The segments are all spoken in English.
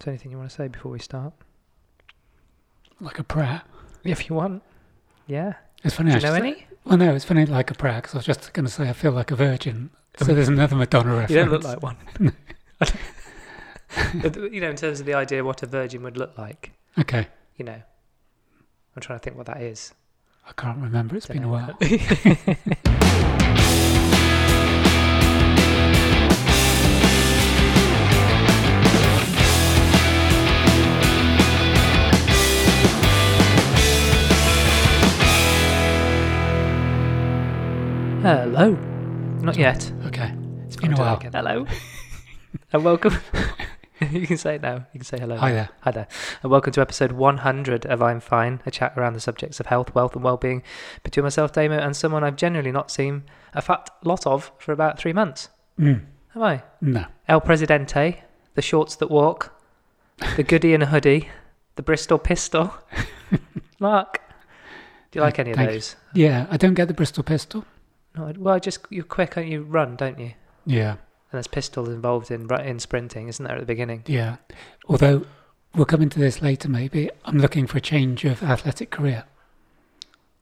Is there anything you want to say before we start? Like a prayer. If you want. Yeah. It's funny. Do I you know just- any? Well, no, it's funny. Like a prayer. 'cause I was just going to say I feel like a virgin. So there's another Madonna reference. You don't look like one. But, you know, in terms of the idea what a virgin would look like, Okay, you know, I'm trying to think what that is. I can't remember. It's been a while. Hello. Not yet. Okay, It's been a while. Hello. and welcome. you can say it now. You can say hello. hi there. Hi there, and welcome to episode 100 of I'm Fine, a chat around the subjects of health, wealth, and well-being between myself, Damo, and someone I've generally not seen a fat lot of for about three months. Mm, Am I? no, El Presidente, the shorts that walk, the goody in a hoodie, the Bristol pistol. Mark, do you like any of Thank you. those? yeah, I don't get the Bristol pistol. No, well, just you're quick and you run, don't you? Yeah, And there's pistols involved in ru- in sprinting, isn't there, at the beginning? yeah. Although we'll come into this later, maybe I'm looking for a change of athletic career.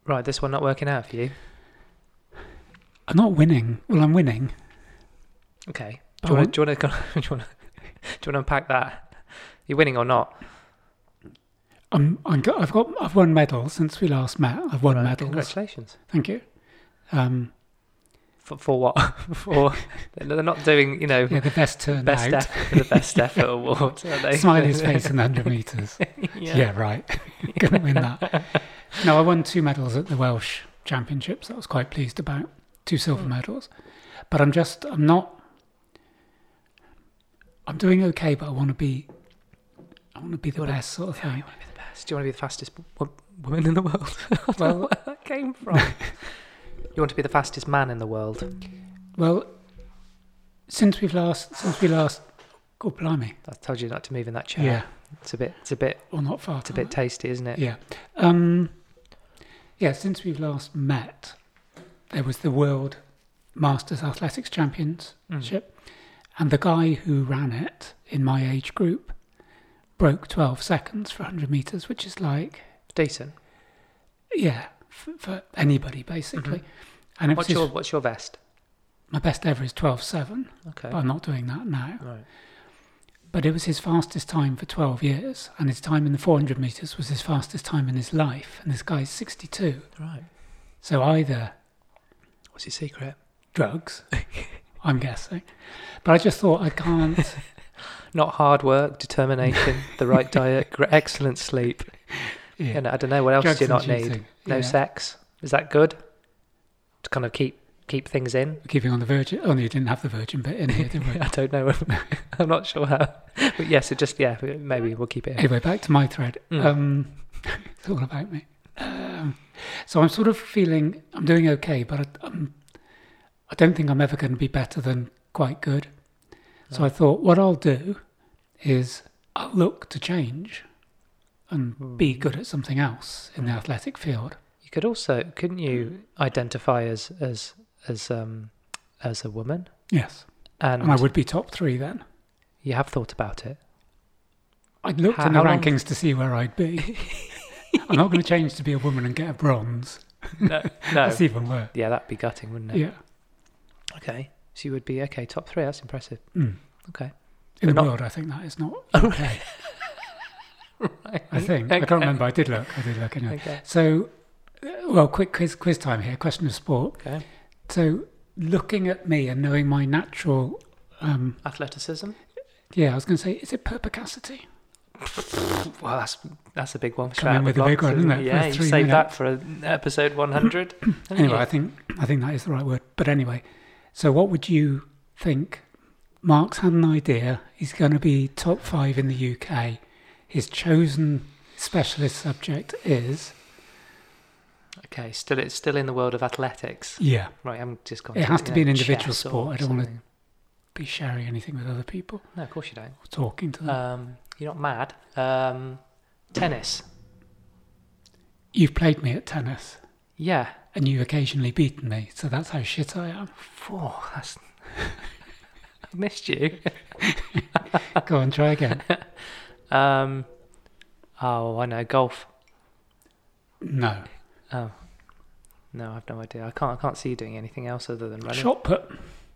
Right, this one not working out for you. I'm not winning. Well, I'm winning. Okay. I Do you, want won't. to, do, you want to, do you want to do you want to unpack that? You're winning or not? I'm, I'm, go- I've got. I've won medals since we last met. I've won Right, medals. Congratulations. Thank you. Um, For, for what? for they're not doing, you know, yeah, the best turnout. best effort for the best effort award, are they? Smiley's face in the 100 metres. Yeah, right. Couldn't win that. No, I won two medals at the Welsh Championships. I was quite pleased about two silver Hmm. medals. But I'm just, I'm not, I'm doing okay, but I want to be, I want to be the You wanna- best sort of Yeah, thing. you want to be the best. Do you want to be the fastest wo- woman in the world? I don't know Well- where that came from. you want to be the fastest man in the world. Well, since we've last, since we last, God blimey. I told you not to move in that chair. Yeah. It's a bit, it's a bit, Or not far. it's a bit tasty, isn't it? Yeah. Um, yeah, since we've last met, there was the World Masters Athletics Championship, Mm. and the guy who ran it in my age group broke 12 seconds for 100 meters, which is like, Decent. yeah, for, for anybody basically. And it was Mm-hmm. What's his- your, what's your best? my best ever is 12.7, Okay. but I'm not doing that now. Right. But it was his fastest time for 12 years, and his time in the 400 meters was his fastest time in his life. And this guy's 62. Right. So either What's your secret? drugs, I'm guessing. But I just thought I can't. Not hard work, determination, the right diet, gr- excellent sleep. Yeah. You know, I don't know what else drugs do you and not need. cheating. No Yeah. sex. Is that good? To kind of keep keep things in. Keeping on the virgin. Oh, no, you didn't have the virgin bit in here, did we? I don't know. I'm not sure how. But yes, it just yeah. Maybe we'll keep it. In. Anyway, back to my thread. Mm. Um, it's all about me. Um, so I'm sort of feeling I'm doing okay, but I, um, I don't think I'm ever going to be better than quite good. So I thought what I'll do is I'll look to change and be Mm. good at something else in the athletic field. Hmm. You could also couldn't you identify as as as um as a woman Yes. and, And I would be top three then. you have thought about it. I'd looked How- in the how long- rankings to see where I'd be. I'm not going to change to be a woman and get a bronze. No, no. That's even worse. yeah, that'd be gutting, wouldn't it? Yeah. Okay, so you would be okay top three. That's impressive. Mm. Okay. In But the not- Oh, world, I think that is not okay. I think. I can't remember. I did look. I did look anyway. Okay. So, uh, well, quick quiz, quiz time here. Question of sport. Okay. So, looking at me and knowing my natural, um, Athleticism. yeah, I was going to say, is it perpicacity? Well, that's that's a big one. Come in Straight out with the a big blocks, one, isn't it? Yeah, For you three saved that minutes. for uh, episode 100. haven't Anyway, you? I think I think that is the right word. But anyway, so what would you think? Mark's had an idea. He's going to be top five in the UK. His chosen specialist subject is okay, still it's still in the world of athletics. yeah. Right, I'm just going. It has to be an know, individual chess or sport. I don't wanna- something. Be sharing anything with other people, No, of course you don't. or talking to them. Um, you're not mad. Um, tennis. You've played me at tennis, Yeah. and you've occasionally beaten me. So that's how shit I am. Oh, that's. I missed you. Go on, try again. Um, oh, I know golf. No. Oh, no, I've no idea. I can't. I can't see you doing anything else other than running. Shot put.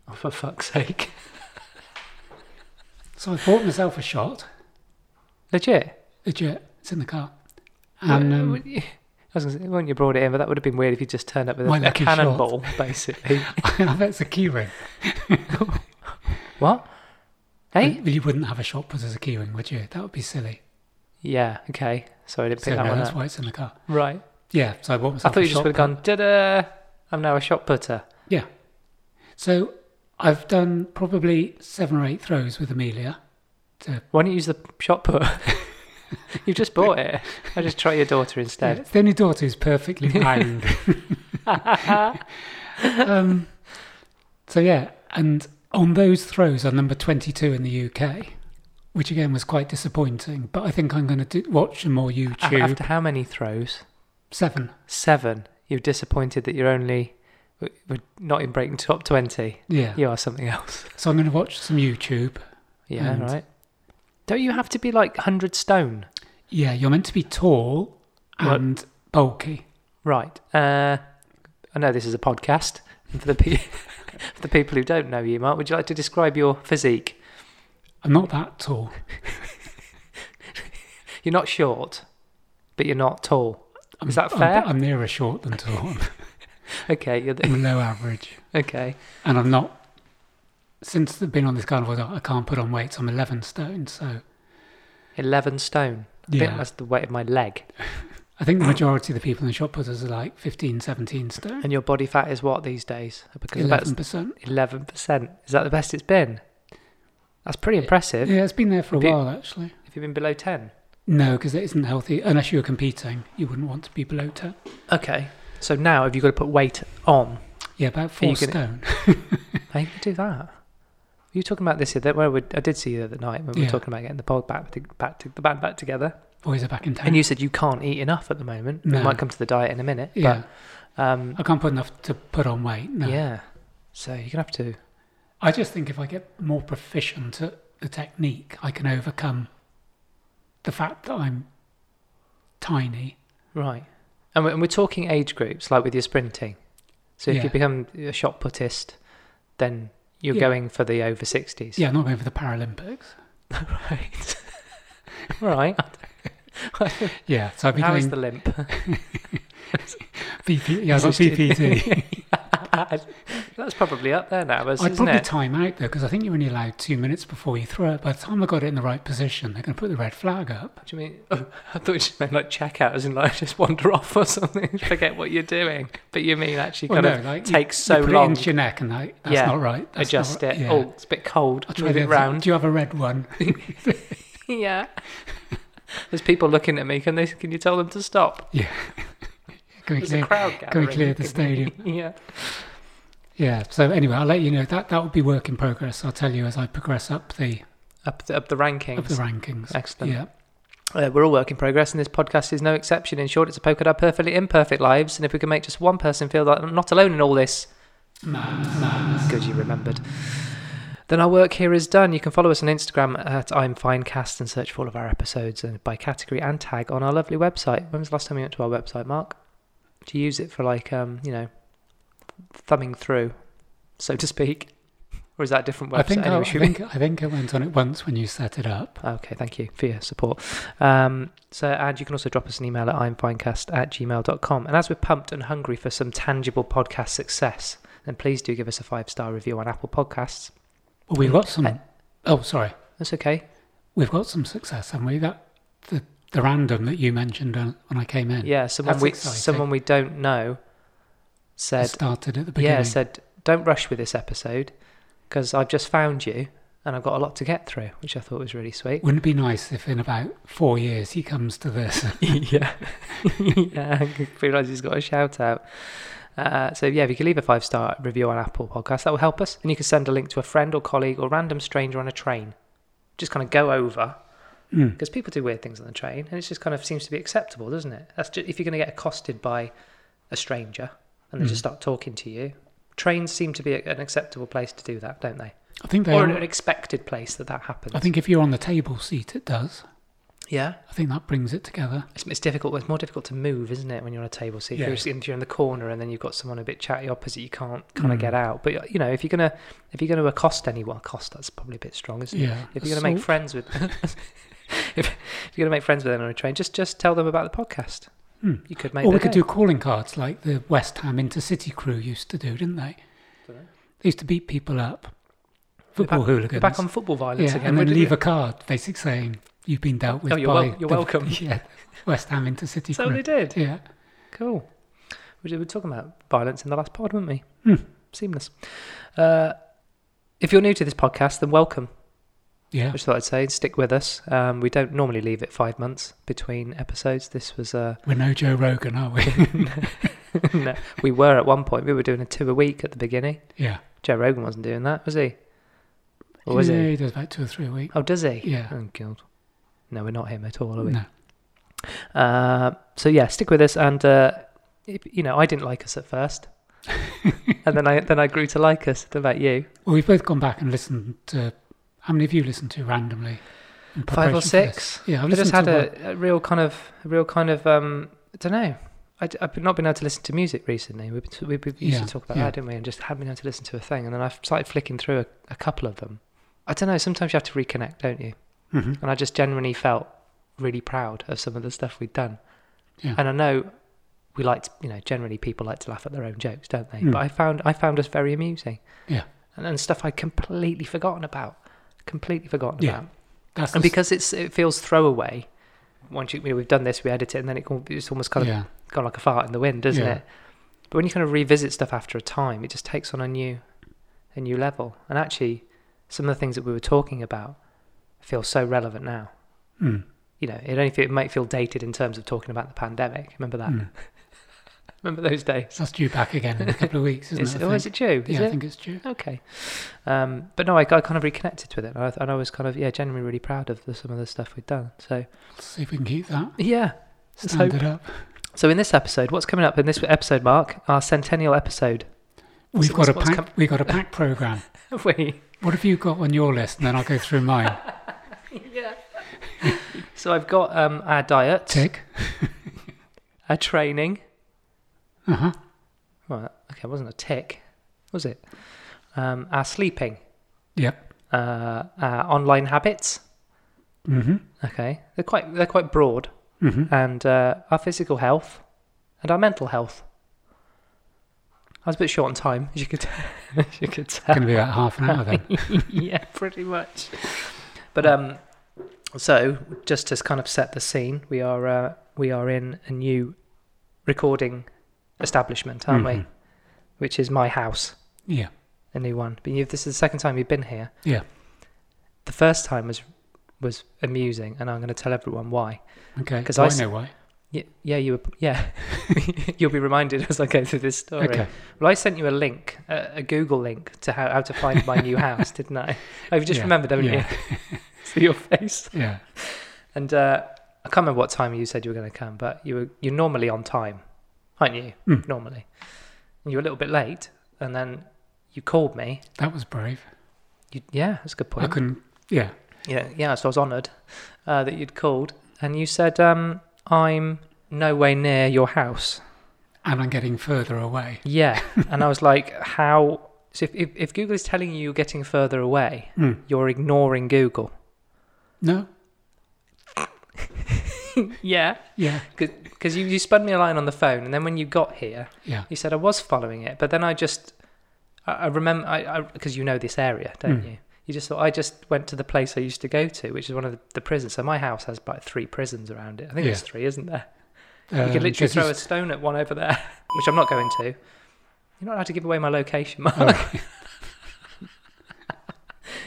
Oh, for fuck's sake! So I bought myself a shot. Legit. Legit. It's in the car. And Wou- um, would you- I was going to say, wouldn't you brought it in? But that would have been weird if you just turned up with a, My a lucky shot. cannonball, basically. I bet it's a key ring. what? Hey? Well, you wouldn't have a shot put as a key ring, would you? That would be silly. Yeah. Okay. Sorry, I didn't pick So that no, one that's up. why it's in the car. Right. Yeah. So I bought I myself. thought a you just shot would have gone. Da-da! I'm now a shot putter. put. Yeah. So I've done probably seven or eight throws with Amelia. Why don't you use the shot put? You've just bought it. I just try your daughter instead. It's the only daughter who's perfectly round. um, so yeah, and on those throws, I'm number 22 in the UK, which again was quite disappointing. But I think I'm going to do, watch some more A- YouTube. After how many throws? Seven. Seven. You're disappointed that you're only w- w- not in breaking top twenty. Yeah. You are something else. So I'm going to watch some YouTube. Yeah. And- Right. Don't you have to be like hundred stone? Yeah, you're meant to be tall What? and bulky. Right. Uh, I know this is a podcast. And for the pe- for the people who don't know you, Mark, would you like to describe your physique? I'm not that tall. You're not short, but you're not tall. I'm, Is that I'm- fair? I'm, nearer short than tall. Okay. You're the- I'm below average, okay. and I'm not. Since I've been on this carnival, diet, I can't put on weight. So I'm 11 stone. So Eleven stone. I think yeah, that's the weight of my leg. I think the majority of the people in the shot putters are like 15, 17 stone. And your body fat is what these days? Because about 11%. eleven percent. Is that the best it's been? That's pretty impressive. Yeah, it's been there for a Be- while actually. If you've been below ten. No, because it isn't healthy unless you were competing. You wouldn't want to be below 10. Okay. So now have you got to put weight on? Yeah, about Are you four gonna- stone. How you gonna do that? You were talking about this the other where we, I did see you the other night when we Yeah. were talking about getting the pod back to, back to the band back together. Boys are back in town. And you said you can't eat enough at the moment. No. We might come to the diet in a minute. yeah, But um I can't put enough to put on weight. No. yeah. So you're gonna have to I just think if I get more proficient at the technique, I can overcome the fact that I'm tiny. Right. And we're, and we're talking age groups, like with your sprinting. So if Yeah. you become a shot puttist, then you're Yeah. going for the over 60s. Yeah, I'm not going for the Paralympics. Right. right. Yeah, so I'd be How is the going limp? BP, yeah, I've got PPT. That's probably up there now, I'd isn't probably it? time out though, because I think you're only allowed two minutes before you throw it. By the time I got it in the right position, they're going to put the red flag up. What do you mean? Oh, I thought you just meant like check out, as in like just wander off or something, forget what you're doing. But you mean actually Well, kind no, of like you- takes so you put long it into your neck, and like, that's Yeah. not right. That's not adjust right. it. Yeah. Oh, it's a bit cold. I'll try Move the it other side. round. Do you have a red one? yeah. There's people looking at me. Can they? Can you tell them to stop? Can we There's a clear, crowd can gathering. we clear the stadium? yeah. Yeah. So anyway, I'll let you know that that will be work in progress. I'll tell you as I progress up the Up the, up the rankings. up the rankings. Excellent. Yeah. Uh, we're all work in progress, and this podcast is no exception. In short, it's a poke at our perfectly imperfect lives, and if we can make just one person feel that I'm not alone in all this, good you remembered, then our work here is done. You can follow us on Instagram at I'm Finecast and search for all of our episodes and by category and tag on our lovely website. When was the last time you went to our website, Mark? To use it for like um, you know, thumbing through, so to speak, or is that a different website? I think I, Anyway, I should we- think I think I went on it once when you set it up. Okay, thank you for your support. Um, so, and you can also drop us an email at imfinecast at gmail.com. And as we're pumped and hungry for some tangible podcast success, then please do give us a five star review on Apple Podcasts. Well, we've got some. I- oh, sorry. That's okay. We've got some success, haven't we? That the the random that you mentioned uh, when I came in. Yeah, someone That's we exciting. someone we don't know it said, started at the beginning. yeah, said, don't rush with this episode because I've just found you and I've got a lot to get through, which I thought was really sweet. Wouldn't it be nice if in about four years he comes to this? yeah. yeah, I realise he's got a shout out. Uh, so, yeah, if you could leave a five star review on Apple Podcasts, that will help us. And you can send a link to a friend or colleague or random stranger on a train. Just kind of go over Mm. because people do weird things on the train and it just kind of seems to be acceptable, doesn't it? That's just, if you're going to get accosted by a stranger and they just Mm. start talking to you, trains seem to be a- an acceptable place to do that, don't they? I think they or are- an expected place that that happens. I think if you're on the table seat, it does. Yeah. I think that brings it together. It's, it's difficult. It's more difficult to move, isn't it, when you're on a table seat? Yeah. If, you're, if you're in the corner and then you've got someone a bit chatty opposite, you can't kind of Mm. get out. But you know, if you're gonna if you're gonna accost anyone, accost that's probably a bit strong, isn't it? Yeah. If you're gonna make Assault. friends with if, if you're gonna make friends with them on a train, just just tell them about the podcast. Hmm. You could make. or their we could day. do calling cards like the West Ham intercity crew used to do, didn't they? Dunno. They used to beat people up. We're Football back- hooligans. We're back on football violence yeah, again. and Where then did leave we- a card basically saying you've been dealt with Oh, you're by wel- you're the- welcome. Yeah, West Ham intercity Is that what crew. they did? Yeah. Cool. We did- we were talking about violence in the last pod, weren't we? Hmm. Seamless. Uh, if you're new to this podcast, then welcome. Yeah. I just thought I'd say stick with us. Um, we don't normally leave it five months between episodes. This was uh, We're no Joe Rogan, are we? no, we were at one point. We were doing a two a week at the beginning. yeah. Joe Rogan wasn't doing that, was he? Or was yeah, he? he does about two or three a week. Oh, does he? Yeah. Oh god. No, we're not him at all, are we? No. Uh, so yeah, stick with us. And uh, if- you know, I didn't like us at first, and then I then I grew to like us. What about you? Well, we've both gone back and listened to. How many have you listened to randomly? Five or in preparation for this? six. Yeah, I've I just listened had to a, a real kind of, a real kind of, um, I don't know. I, have not been able to listen to music recently. We've been, we, we used Yeah, to talk about yeah. that, didn't we? And just hadn't been able to listen to a thing. And then I've started flicking through a, a couple of them. I don't know. Sometimes you have to reconnect, don't you? one. Mhm. And I just genuinely felt really proud of some of the stuff we'd done. Yeah. And I know we like, to, you know, generally people like to laugh at their own jokes, don't they? Mm. But I found I found us very amusing. Yeah. And, and stuff I'd completely forgotten about, completely forgotten Yeah. about That's and the- because it's it feels throwaway. Once you, you know, we've done this, we edit it, and then it can- it's almost kind of yeah, gone like a fart in the wind, doesn't Yeah. it? But when you kind of revisit stuff after a time, it just takes on a new, a new level. And actually, some of the things that we were talking about feel so relevant now. Mm. You know, it only feel, it might feel dated in terms of talking about the pandemic. Remember that? Mm. Remember those days? that's due back again in a couple of weeks, isn't Is, it? I oh, is think? it you? Is yeah, it? I think it's due. Okay. Um, but no, I, I kind of reconnected with it, and I, and I was kind of yeah, genuinely really proud of the, some of the stuff we'd done. So Let's see if we can keep that. yeah, Let's Stand hope. it up. So in this episode, what's coming up in this episode, Mark? Our centennial episode. We've So got a what's pack. com- we've got a pack program. Have we? What have you got on your list? And then I'll go through mine. Yeah. so I've got um, our diet, Tick. our training. Uh huh. Right. Okay, it wasn't a tick, was it? Um, our sleeping, Yep. uh, our online habits. Mm Okay, they're quite they're quite broad, hmm. Mm hmm. and uh, our physical health, and our mental health. I was a bit short on time, as you could as you could tell. Going to be about half an hour then. yeah, pretty much. But um, so just to kind of set the scene, we are uh, we are in a new recording establishment, aren't we? Mhm. Which is my house, Yeah. a new one. But you, this is the second time you've been here. Yeah. The first time was was amusing, and I'm going to tell everyone why. Okay. 'Cause Because I I, s- know why. Yeah, yeah, you were, yeah. You'll be reminded as I go through this story. Okay. Well, I sent you a link, a, a Google link to how, how to find my new house, didn't I? I've just Yeah, remembered, haven't yeah. you? See your face. Yeah. And uh, I can't remember what time you said you were going to come, but you were you're normally on time, aren't you? Mm. Normally, and you were a little bit late, and then you called me. That was brave. You, yeah, that's a good I point. couldn't. Yeah. Yeah, yeah. So I was honoured uh, that you'd called, and you said um, I'm no way near your house. And I'm getting further away. Yeah, and I was like, how? So if, if, if Google is telling you you're getting further away, Hmm. you're ignoring Google. No. Yeah, Yeah. because you, you spun me a line on the phone, and then when you got here, Yeah. He said I was following it, but then I just, I, I remember, I because you know this area, don't Mm. you? You just thought I just went to the place I used to go to, which is one of the, the prisons. So my house has about three prisons around it. I think Yeah. there's three, isn't there? Um, you could literally this throw a is- stone at one over there, which I'm not going to. You're not allowed to give away my location, Mark. Oh.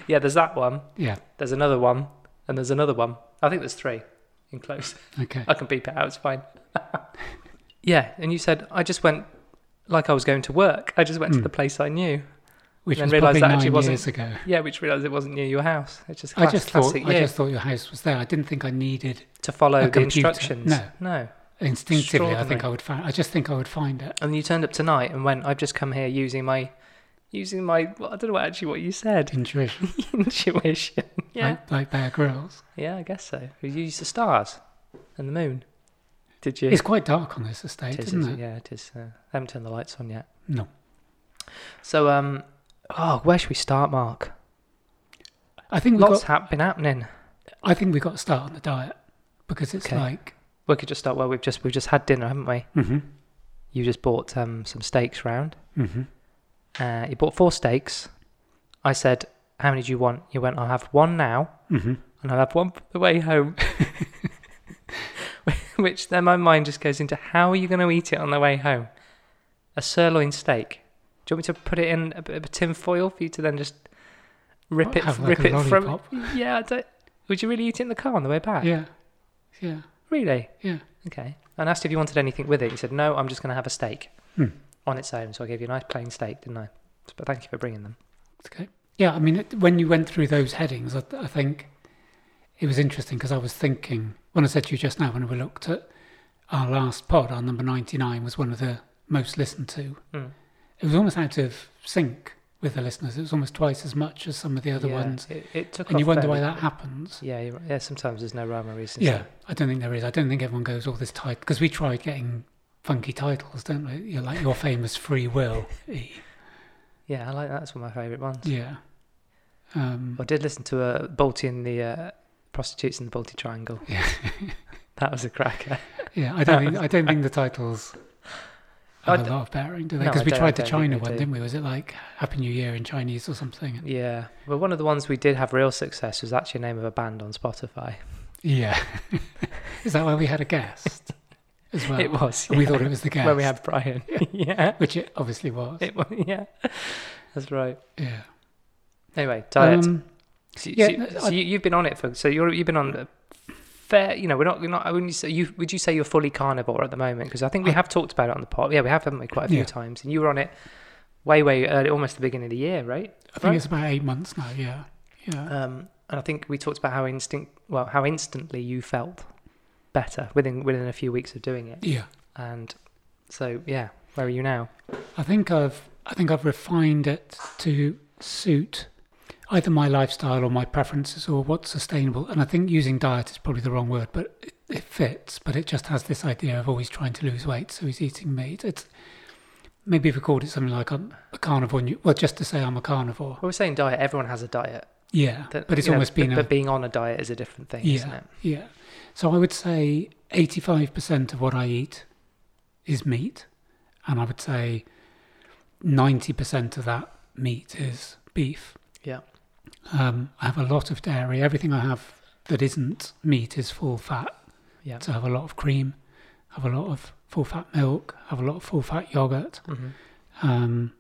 yeah, there's that one. Yeah. There's another one, and there's another one. I think there's three in close. Okay. I can beep it out. It's fine. yeah, and you said I just went like I was going to work. I just went to Mm. the place I knew. Which then was realised probably that actually nine wasn't- years ago. Yeah, which realised it wasn't near your house. It's just I class, just thought. classic I you just thought your house was there. I didn't think I needed. to follow a the computer. instructions. No. no. Instinctively, I think Extraordinary. I would find. I just think I would find it. And you turned up tonight and went. I've just come here using my using my well, I don't know what, actually what you said Intuition, intuition. Yeah, like, like Bear Grylls. yeah, I guess so. You used the stars and the moon. Did you? It's quite dark on this estate, It is, isn't is it? it? Yeah, it is. Uh, I haven't turned the lights on yet. No. So um, oh, where should we start, Mark? I think we Lots got. hap been happening. I think we got to start on the diet because it's Okay. like. We could just start where we've just we've just had dinner, haven't we? Mm-hmm. You just bought um some steaks round. Mm-hmm. Uh, you bought four steaks. I said, "How many do you want?" You went, "I'll have one now." Mm-hmm. and I'll have one for the way home. Which then my mind just goes into how are you going to eat it on the way home? A sirloin steak. Do you want me to put it in a bit of a tin foil for you to then just rip it, Have like rip a it from? lollipop. Yeah, I don't, would you really eat it in the car on the way back? Yeah. Yeah. Really? Yeah. Okay. And I asked if you wanted anything with it. You said no. I'm just going to have a steak Hmm. on its own. So I gave you a nice plain steak, didn't I? But thank you for bringing them. It's okay. Yeah, I mean, it, when you went through those headings, I, I think it was interesting because I was thinking when I said to you just now when we looked at our last pod, our number ninety-nine was one of the most listened to. Mm. It was almost out of sync with the listeners. It was almost twice as much as some of the other Yeah, ones, It, it took. and you off wonder fairly- why that happens. Yeah, you're, yeah. Sometimes there's no rhyme or reason. so- Yeah, I don't think there is. I don't think everyone goes all this tight because we tried getting funky titles, don't we? You're like your famous free will. Yeah, I like that. That's one of my favourite ones. Yeah. Um, I did listen to uh, Balti and the uh, prostitutes in the Balti Triangle. Yeah. that was a cracker. Yeah, I don't think I don't think the titles Uh, I have d- a lot of bearing, do they? No, Because I we don't- I tried the don't think China they one, do. didn't we? Was it like Happy New Year in Chinese or something? Yeah. Well, one of the ones we did have real success was actually the name of a band on Spotify. Yeah. Is that why we had a guest as well? it was. And we yeah, thought it was the guest. when we had Brian. yeah. which it obviously was. It was. Yeah. That's right. yeah. Anyway, diet. Um, so, yeah, so- no, so I- you, you've been on it for. So you're you've been on. A, Fair, you know, we're not, we're not. I wouldn't say you. Would you say you're fully carnivore at the moment? Because I think we I- have talked about it on the pod. Yeah, we have, haven't we? Quite a few Yeah. times. And you were on it way, way early, almost the beginning of the year, right? I think Right. it's about eight months now. Yeah. Yeah. Um, and I think we talked about how instinct, well, how instantly you felt better within within a few weeks of doing it. yeah. And so, yeah, where are you now? I think I've I think I've refined it to suit either my lifestyle or my preferences or what's sustainable. And I think using diet is probably the wrong word, but it, it fits. But it just has this idea of always trying to lose weight, so he's eating meat. It's maybe if we called it something like I'm a carnivore. nu- Well, just to say I'm a carnivore. Well, we're saying diet. Everyone has a diet, Yeah, That- but it's you know, almost been But, a but being on a diet is a different thing, isn't yeah, it? yeah. So I would say 85% of what I eat is meat, and I would say 90% of that meat is beef. Yeah. Um, I have a lot of dairy. Everything I have that isn't meat is full fat. Yeah. So I have a lot of cream, have a lot of full fat milk, have a lot of full fat yogurt, hmm um,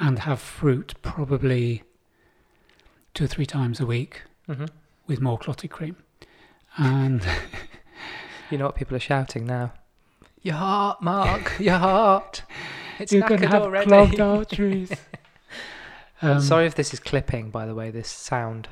and have fruit probably two or three times a week hmm with more clotted cream. And You know what people are shouting now? Your heart, Mark. your heart. It's you can knackered have already. clogged arteries. um, Sorry if this is clipping, by the way. This sound.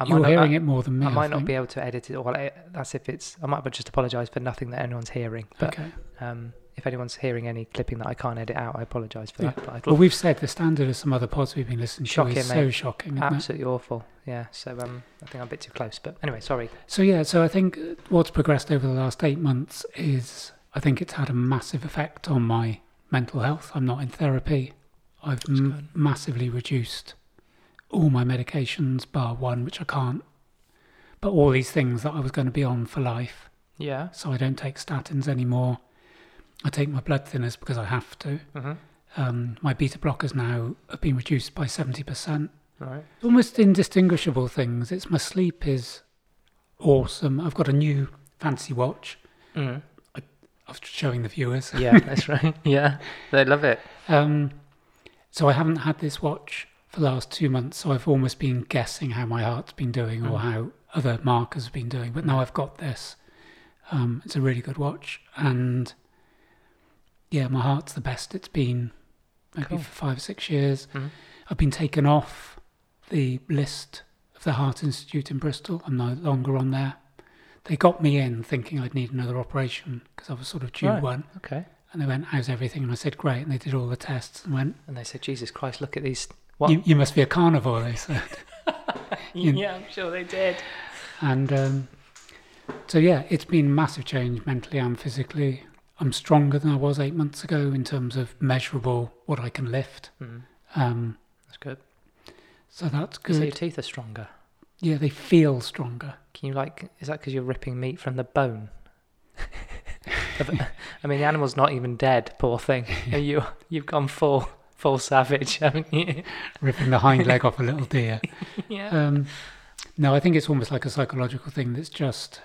I might you're not- uh, hearing it more than me. I might not think. be able to edit it all. I, that's if it's. I might just apologise for nothing that anyone's hearing. But Okay. um, if anyone's hearing any clipping that I can't edit out, I apologise for Yeah. that. But I Well, thought we've said the standard of some other pods we've been listening Shocking, to is so mate. shocking. Isn't it? absolutely awful. Yeah. So um, I think I'm a bit too close. But anyway, sorry. So yeah, so I think what's progressed over the last eight months is I think it's had a massive effect on my mental health. I'm not in therapy. I've good. m- massively reduced all my medications, bar one, which I can't. But all these things that I was going to be on for life, Yeah. so I don't take statins anymore. I take my blood thinners because I have to. Mm-hmm. Um, my beta blockers now have been reduced by 70%. All right. Almost indistinguishable things. It's my sleep is awesome. I've got a new fancy watch. Mm. I was showing the viewers. Yeah, that's right. Yeah, they love it. Um, so I haven't had this watch for the last two months. So I've almost been guessing how my heart's been doing or Mm. how other markers have been doing. But now I've got this. Um, it's a really good watch. And yeah, my heart's the best it's been maybe Cool. for five or six years. Mhm. I've been taken off the list of the Heart Institute in Bristol. I'm no longer on there. They got me in thinking I'd need another operation because I was sort of due Right. one Okay. And they went, How's everything? And I said, Great. And they did all the tests and went, And they said, Jesus Christ, look at these. What? You, you must be a carnivore, they said. you- yeah, I'm sure they did. And um, so, yeah, it's been massive change mentally and physically. I'm stronger than I was eight months ago in terms of measurable what I can lift. Mm, Um, that's good. so that's So your good. teeth are stronger. Yeah, they feel stronger. Can you like? Is that because you're ripping meat from the bone? Of- I mean, the animal's not even dead. Poor thing. And you you've gone full full savage, haven't you? Uh, Ripping the hind leg off a little deer. yeah. Um, no, I think it's almost like a psychological thing that's just.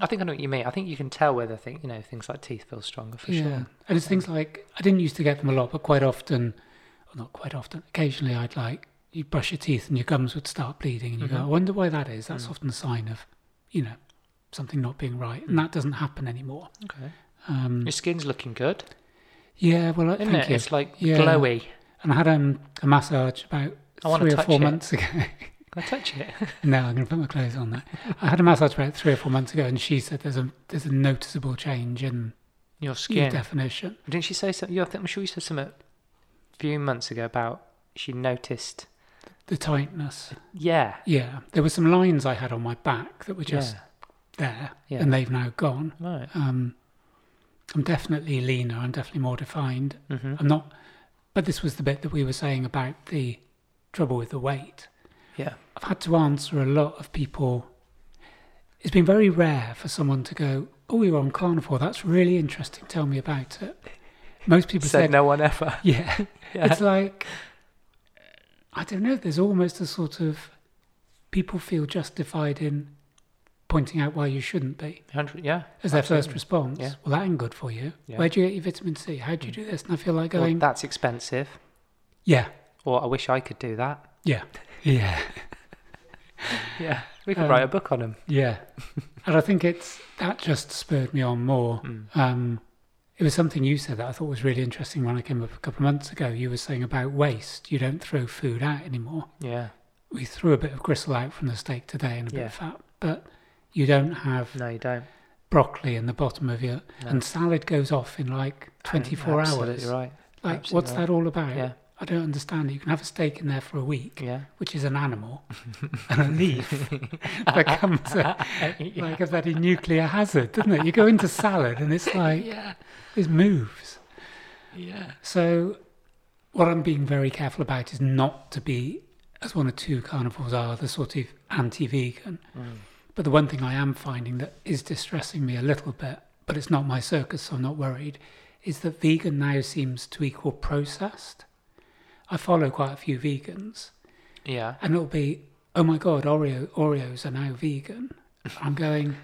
I think I know what you mean. I think you can tell whether thing you know things like teeth feel stronger for sure. And it's things like, I didn't used to get them a lot, but quite often, well, not quite often, occasionally I'd like, you'd brush your teeth and your gums would start bleeding and you go, Mhm. I wonder why that is. That's Mm. often a sign of, you know, something not being right. Mm. And that doesn't happen anymore. Okay. Um, Your skin's looking good, yeah, well, I isn't thank it? you. It's like Yeah. glowy. And I had um, a massage about I wanna three or touch four it. months ago. Can I touch it? no, I'm going to put my clothes on there. I had a massage about three or four months ago and she said there's a, there's a noticeable change in Your your skin. definition. Didn't she say something? I think I'm sure you said something a few months ago about she noticed. The tightness. Yeah. Yeah, there were some lines I had on my back that were just yeah. there, Yeah. and they've now gone. Right. Um, I'm definitely leaner. I'm definitely more defined. Mm-hmm. I'm not, but this was the bit that we were saying about the trouble with the weight. Yeah. I've had to answer a lot of people. It's been very rare for someone to go, "Oh, you're on carnivore. That's really interesting. Tell me about it." Most people Said said, no one ever. "Yeah." Yeah. It's like I don't know. There's almost a sort of people feel justified in pointing out why you shouldn't be Hundred. Yeah. as their Absolutely. first response. Yeah. Well, that ain't good for you. Yeah. Where do you get your vitamin C? How do you do this? And I feel like Or, going, that's expensive. yeah, Or I wish I could do that. yeah, yeah, Yeah. We could Um, write a book on them. yeah. and I think it's that just spurred me on more. Mm. Um, it was something you said that I thought was really interesting when I came up a couple of months ago. You were saying about waste. You don't throw food out anymore. Yeah. we threw a bit of gristle out from the steak today and a bit Yeah. of fat, but you don't have No, you don't. broccoli in the bottom of your No. Mm, and salad goes off in like 24 hours. Absolutely right. Like absolutely what's right. that all about? Yeah. I don't understand it. You can have a steak in there for a week, Yeah. which is an animal, and a leaf becomes a, Uh, like a bloody nuclear hazard, doesn't it? You go into salad and it's like yeah. it moves. Yeah. So, what I'm being very careful about is not to be, as one or two carnivores are, the sort of anti-vegan. Mm. But the one thing I am finding that is distressing me a little bit, but it's not my circus, so I'm not worried, is that vegan now seems to equal processed. I follow quite a few vegans, Yeah. and it'll be, oh my god, Oreo Oreos are now vegan. I'm going,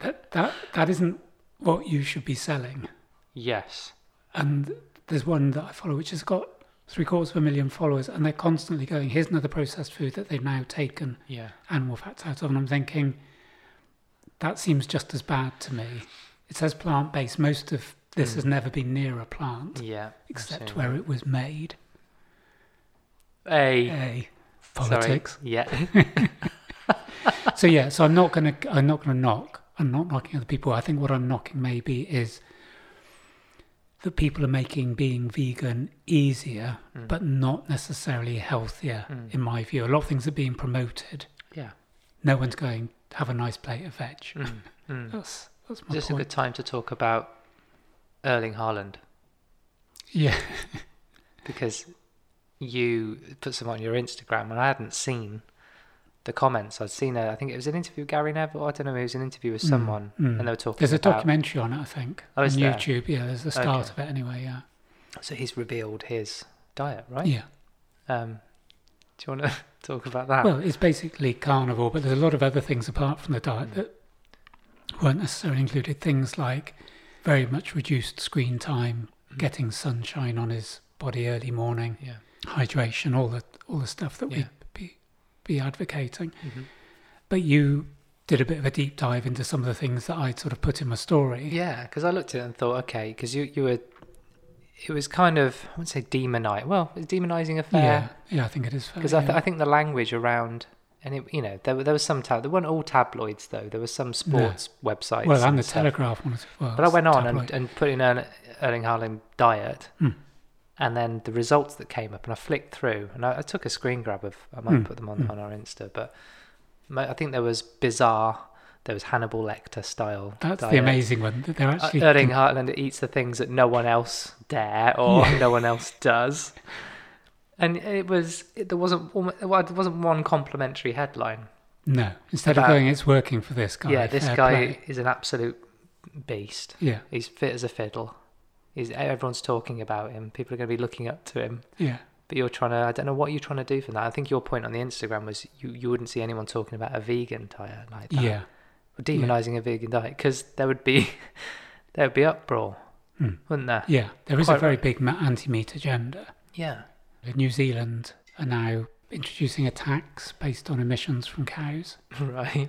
that that that isn't what you should be selling. Yes. And there's one that I follow which has got three quarters of a million followers, and they're constantly going, here's another processed food that they've now taken Yeah. animal fats out of, and I'm thinking that seems just as bad to me. It says plant based. Most of this Mm. has never been near a plant, Yeah. except Absolutely. where it was made. Hey. A Sorry. politics. Yeah. so yeah, so I'm not gonna I'm not gonna knock. I'm not knocking other people. I think what I'm knocking maybe is that people are making being vegan easier, Mm. but not necessarily healthier, Mm. in my view. A lot of things are being promoted. Yeah. No one's going have a nice plate of veg. Mm. Mm. That's that's my Is this a point. good time to talk about Erling Haaland? Yeah. Because you put some on your Instagram and I hadn't seen the comments. I'd seen a, I think it was an interview with Gary Neville. I don't know. It was an interview with Mm, someone mm. and they were talking There's a about. documentary on it, I think. Oh, is on there? YouTube, yeah, there's the start Okay. of it anyway, yeah. So he's revealed his diet, right? Yeah. Um, do you want to talk about that? Well, it's basically carnivore, but there's a lot of other things apart from the diet Mm. that weren't necessarily included. Things like very much reduced screen time, Mm. getting sunshine on his body early morning, yeah. hydration, all the all the stuff that Yeah. we'd be be advocating. hmm But you did a bit of a deep dive into some of the things that I'd sort of put in my story. Yeah, because I looked at it and thought, okay, because you, you were, it was kind of, I wouldn't say demonized. Well, it's demonizing affair. yeah, yeah, I think it is fair. Because I, th- yeah. I think the language around And it, you know, there were there was some tab. There weren't all tabloids though. There were some sports websites. Well, and the stuff. Telegraph one as well. But I it's went on and, tabloid. and put in Ern- Erling Haaland diet, Hmm. and then the results that came up, and I flicked through, and I, I took a screen grab of. I might Hmm. put them on, Hmm. on our Insta, but mo- I think there was bizarre. There was Hannibal Lecter style. That's the diet. amazing one. that They're Uh, actually Erling con- Haaland eats the things that no one else dare or Yeah. no one else does. And it was it, there wasn't almo- well, there wasn't one complimentary headline. no. Instead about- of going, it's working for this guy. yeah, this fair guy play." is an absolute beast. Yeah, He's fit as a fiddle. He's everyone's talking about him. People are going to be looking up to him. yeah, But you're trying to I don't know what you're trying to do for that. I think your point on the Instagram was you, you wouldn't see anyone talking about a vegan diet like that. yeah. Or demonizing a vegan diet because there would be there would be uproar. Hmm. Wouldn't there? Yeah, there is a Quite very right. big ma- anti-meat agenda. Yeah. New Zealand are now introducing a tax based on emissions from cows, Right.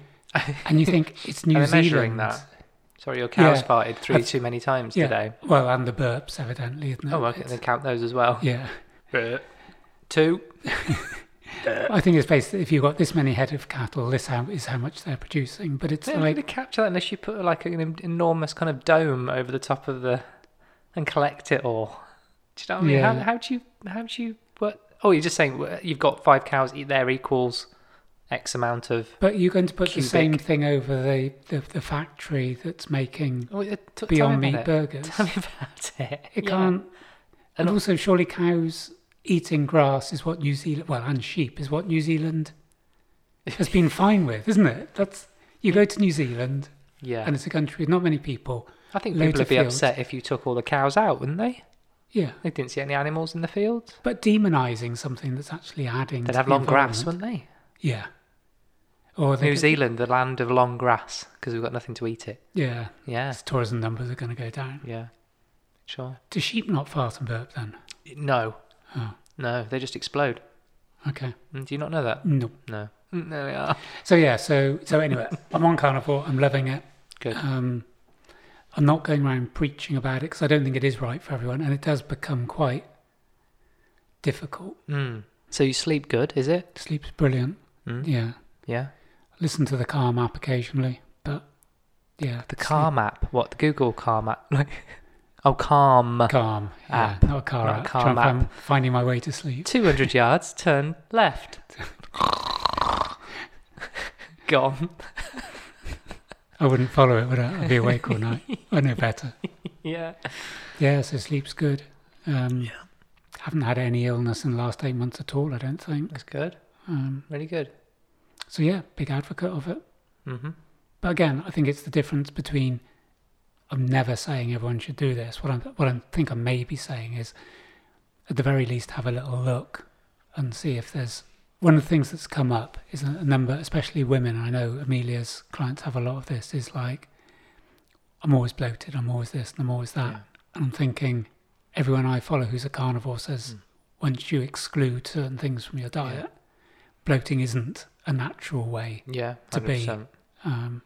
and you think it's New Are they measuring Zealand. that? Sorry, your cow's Yeah. farted three I've- too many times yeah. today. Well, and the burps, evidently, isn't it? oh, okay. It's- Then count those as well. yeah, Two. I think it's basically if you've got this many head of cattle, this how, is how much they're producing. But it's They're like going to capture that unless you put like an en- enormous kind of dome over the top of the and collect it all. Do you know what I mean? Yeah. How, how do you? How do you? What? Oh, you're just saying wh- you've got five cows. e- There equals X amount of. But you're going to put Cubic. the same thing over the, the, the factory that's making Oh, yeah, t- Beyond tell me Meat about it. burgers. Tell me about it. It Yeah. can't. And And also, surely cows eating grass is what New Zealand, well, and sheep is what New Zealand has been fine with, isn't it? That's you go to New Zealand Yeah. and it's a country with not many people. I think loads people would of be fields. upset if you took all the cows out, wouldn't they? Yeah, They didn't see any animals in the fields. but demonising something that's actually adding. They'd to have the long grass, environment. wouldn't they? Yeah. Or they New could- Zealand, the land of long grass, because we've got nothing to eat it. Yeah, Yeah, tourism numbers are going to go down. yeah, sure. Do sheep not fart and burp then? No, Oh, no, they just explode. okay. Mm, Do you not know that? No. No. Mm, There they are. So yeah, so so anyway, I'm on carnivore. I'm loving it. Good. Um, I'm not going around preaching about it because I don't think it is right for everyone, and it does become quite difficult. Mm. So you sleep good, is it? Sleep's brilliant. Mm. Yeah, Yeah. listen to the Calm app occasionally, but yeah, The sleep- Calm app. What? The Google Calm app. oh, Calm. Calm app, yeah, not a car not a app. Calm Trying to find- finding my way to sleep. 200 yards, turn left. Gone. I wouldn't follow it, would I? I'd be awake all night. I know better. Yeah. Yeah, so sleep's good. Um, yeah. Haven't had any illness in the last eight months at all. I don't think. That's good. Um, Really good. so yeah, big advocate of it. Mm-hmm. But again, I think it's the difference between. I'm never saying everyone should do this. What I what I think I may be saying is, at the very least, have a little look and see if there's. One of the things that's come up is a number, especially women. I know Amelia's clients have a lot of this. Is like, I'm always bloated. I'm always this and I'm always that. Yeah. And I'm thinking, everyone I follow who's a carnivore says once you exclude certain things from your diet, bloating isn't a natural way Yeah. To be. 100%. um,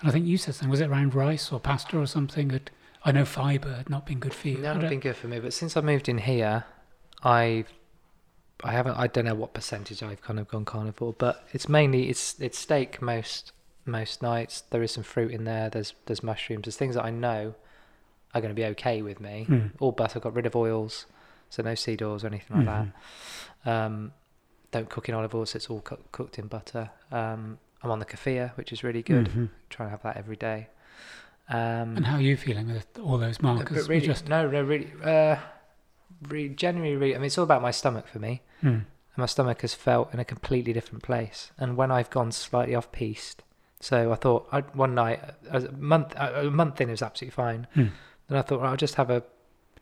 and I think you said something. Was it around rice or pasta or something? Had, I know fibre had not been good for you. No, I it's don't- been good for me. But since I moved in here, I've I haven't I don't know what percentage I've kind of gone carnivore, but it's mainly it's it's steak most most nights. There is some fruit in there. There's there's mushrooms. There's things that I know are going to be okay with me. Hmm. All but I got rid of oils, so no seed oils or anything like Hmm. that. Um, don't cook in olive oil, so it's all cook, cooked in butter. Um, I'm on the kefir, which is really good. Mhm. Trying to have that every day. Um, And how are you feeling with all those no, markers? Uh, but We really, just no, no, really, uh, really, generally, really. I mean, it's all about my stomach for me. Hmm. And my stomach has felt in a completely different place. And when I've gone slightly off piste, so I thought i one night, uh, as a month, a a month in, it was absolutely fine. Hmm. Then I thought, right, I'll just have a,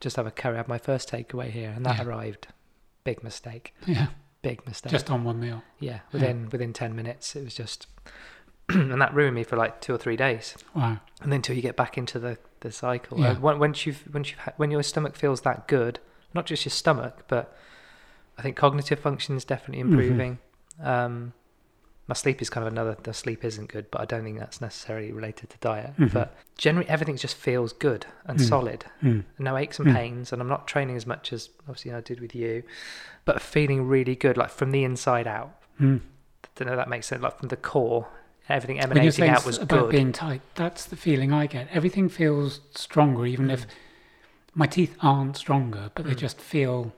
just have a curry. Have my first takeaway here, and that Yeah. arrived. Big mistake. yeah, Big mistake. just Hmm. on one meal. yeah, within within ten minutes, it was just, and that ruined me for like two or three days Wow. and then until you get back into the the cycle. Yeah. Uh, on- once you've once you've ha- when your stomach feels that good, not just your stomach, but I think cognitive function is definitely Mhm. improving. Um, my sleep is kind of another. The sleep isn't good, but I don't think that's necessarily related to diet. Mhm. But generally, everything just feels good and Mm. solid. Hmm. No aches and Mm. pains, and I'm not training as much as obviously I did with you, but feeling really good, like from the inside out. Hmm. Th- don't know if that makes sense. Like from the core, everything when you're emanating saying out was s- about good. being tight, that's the feeling I get. Everything feels stronger, even if Hmm. my teeth aren't stronger, but they just feel.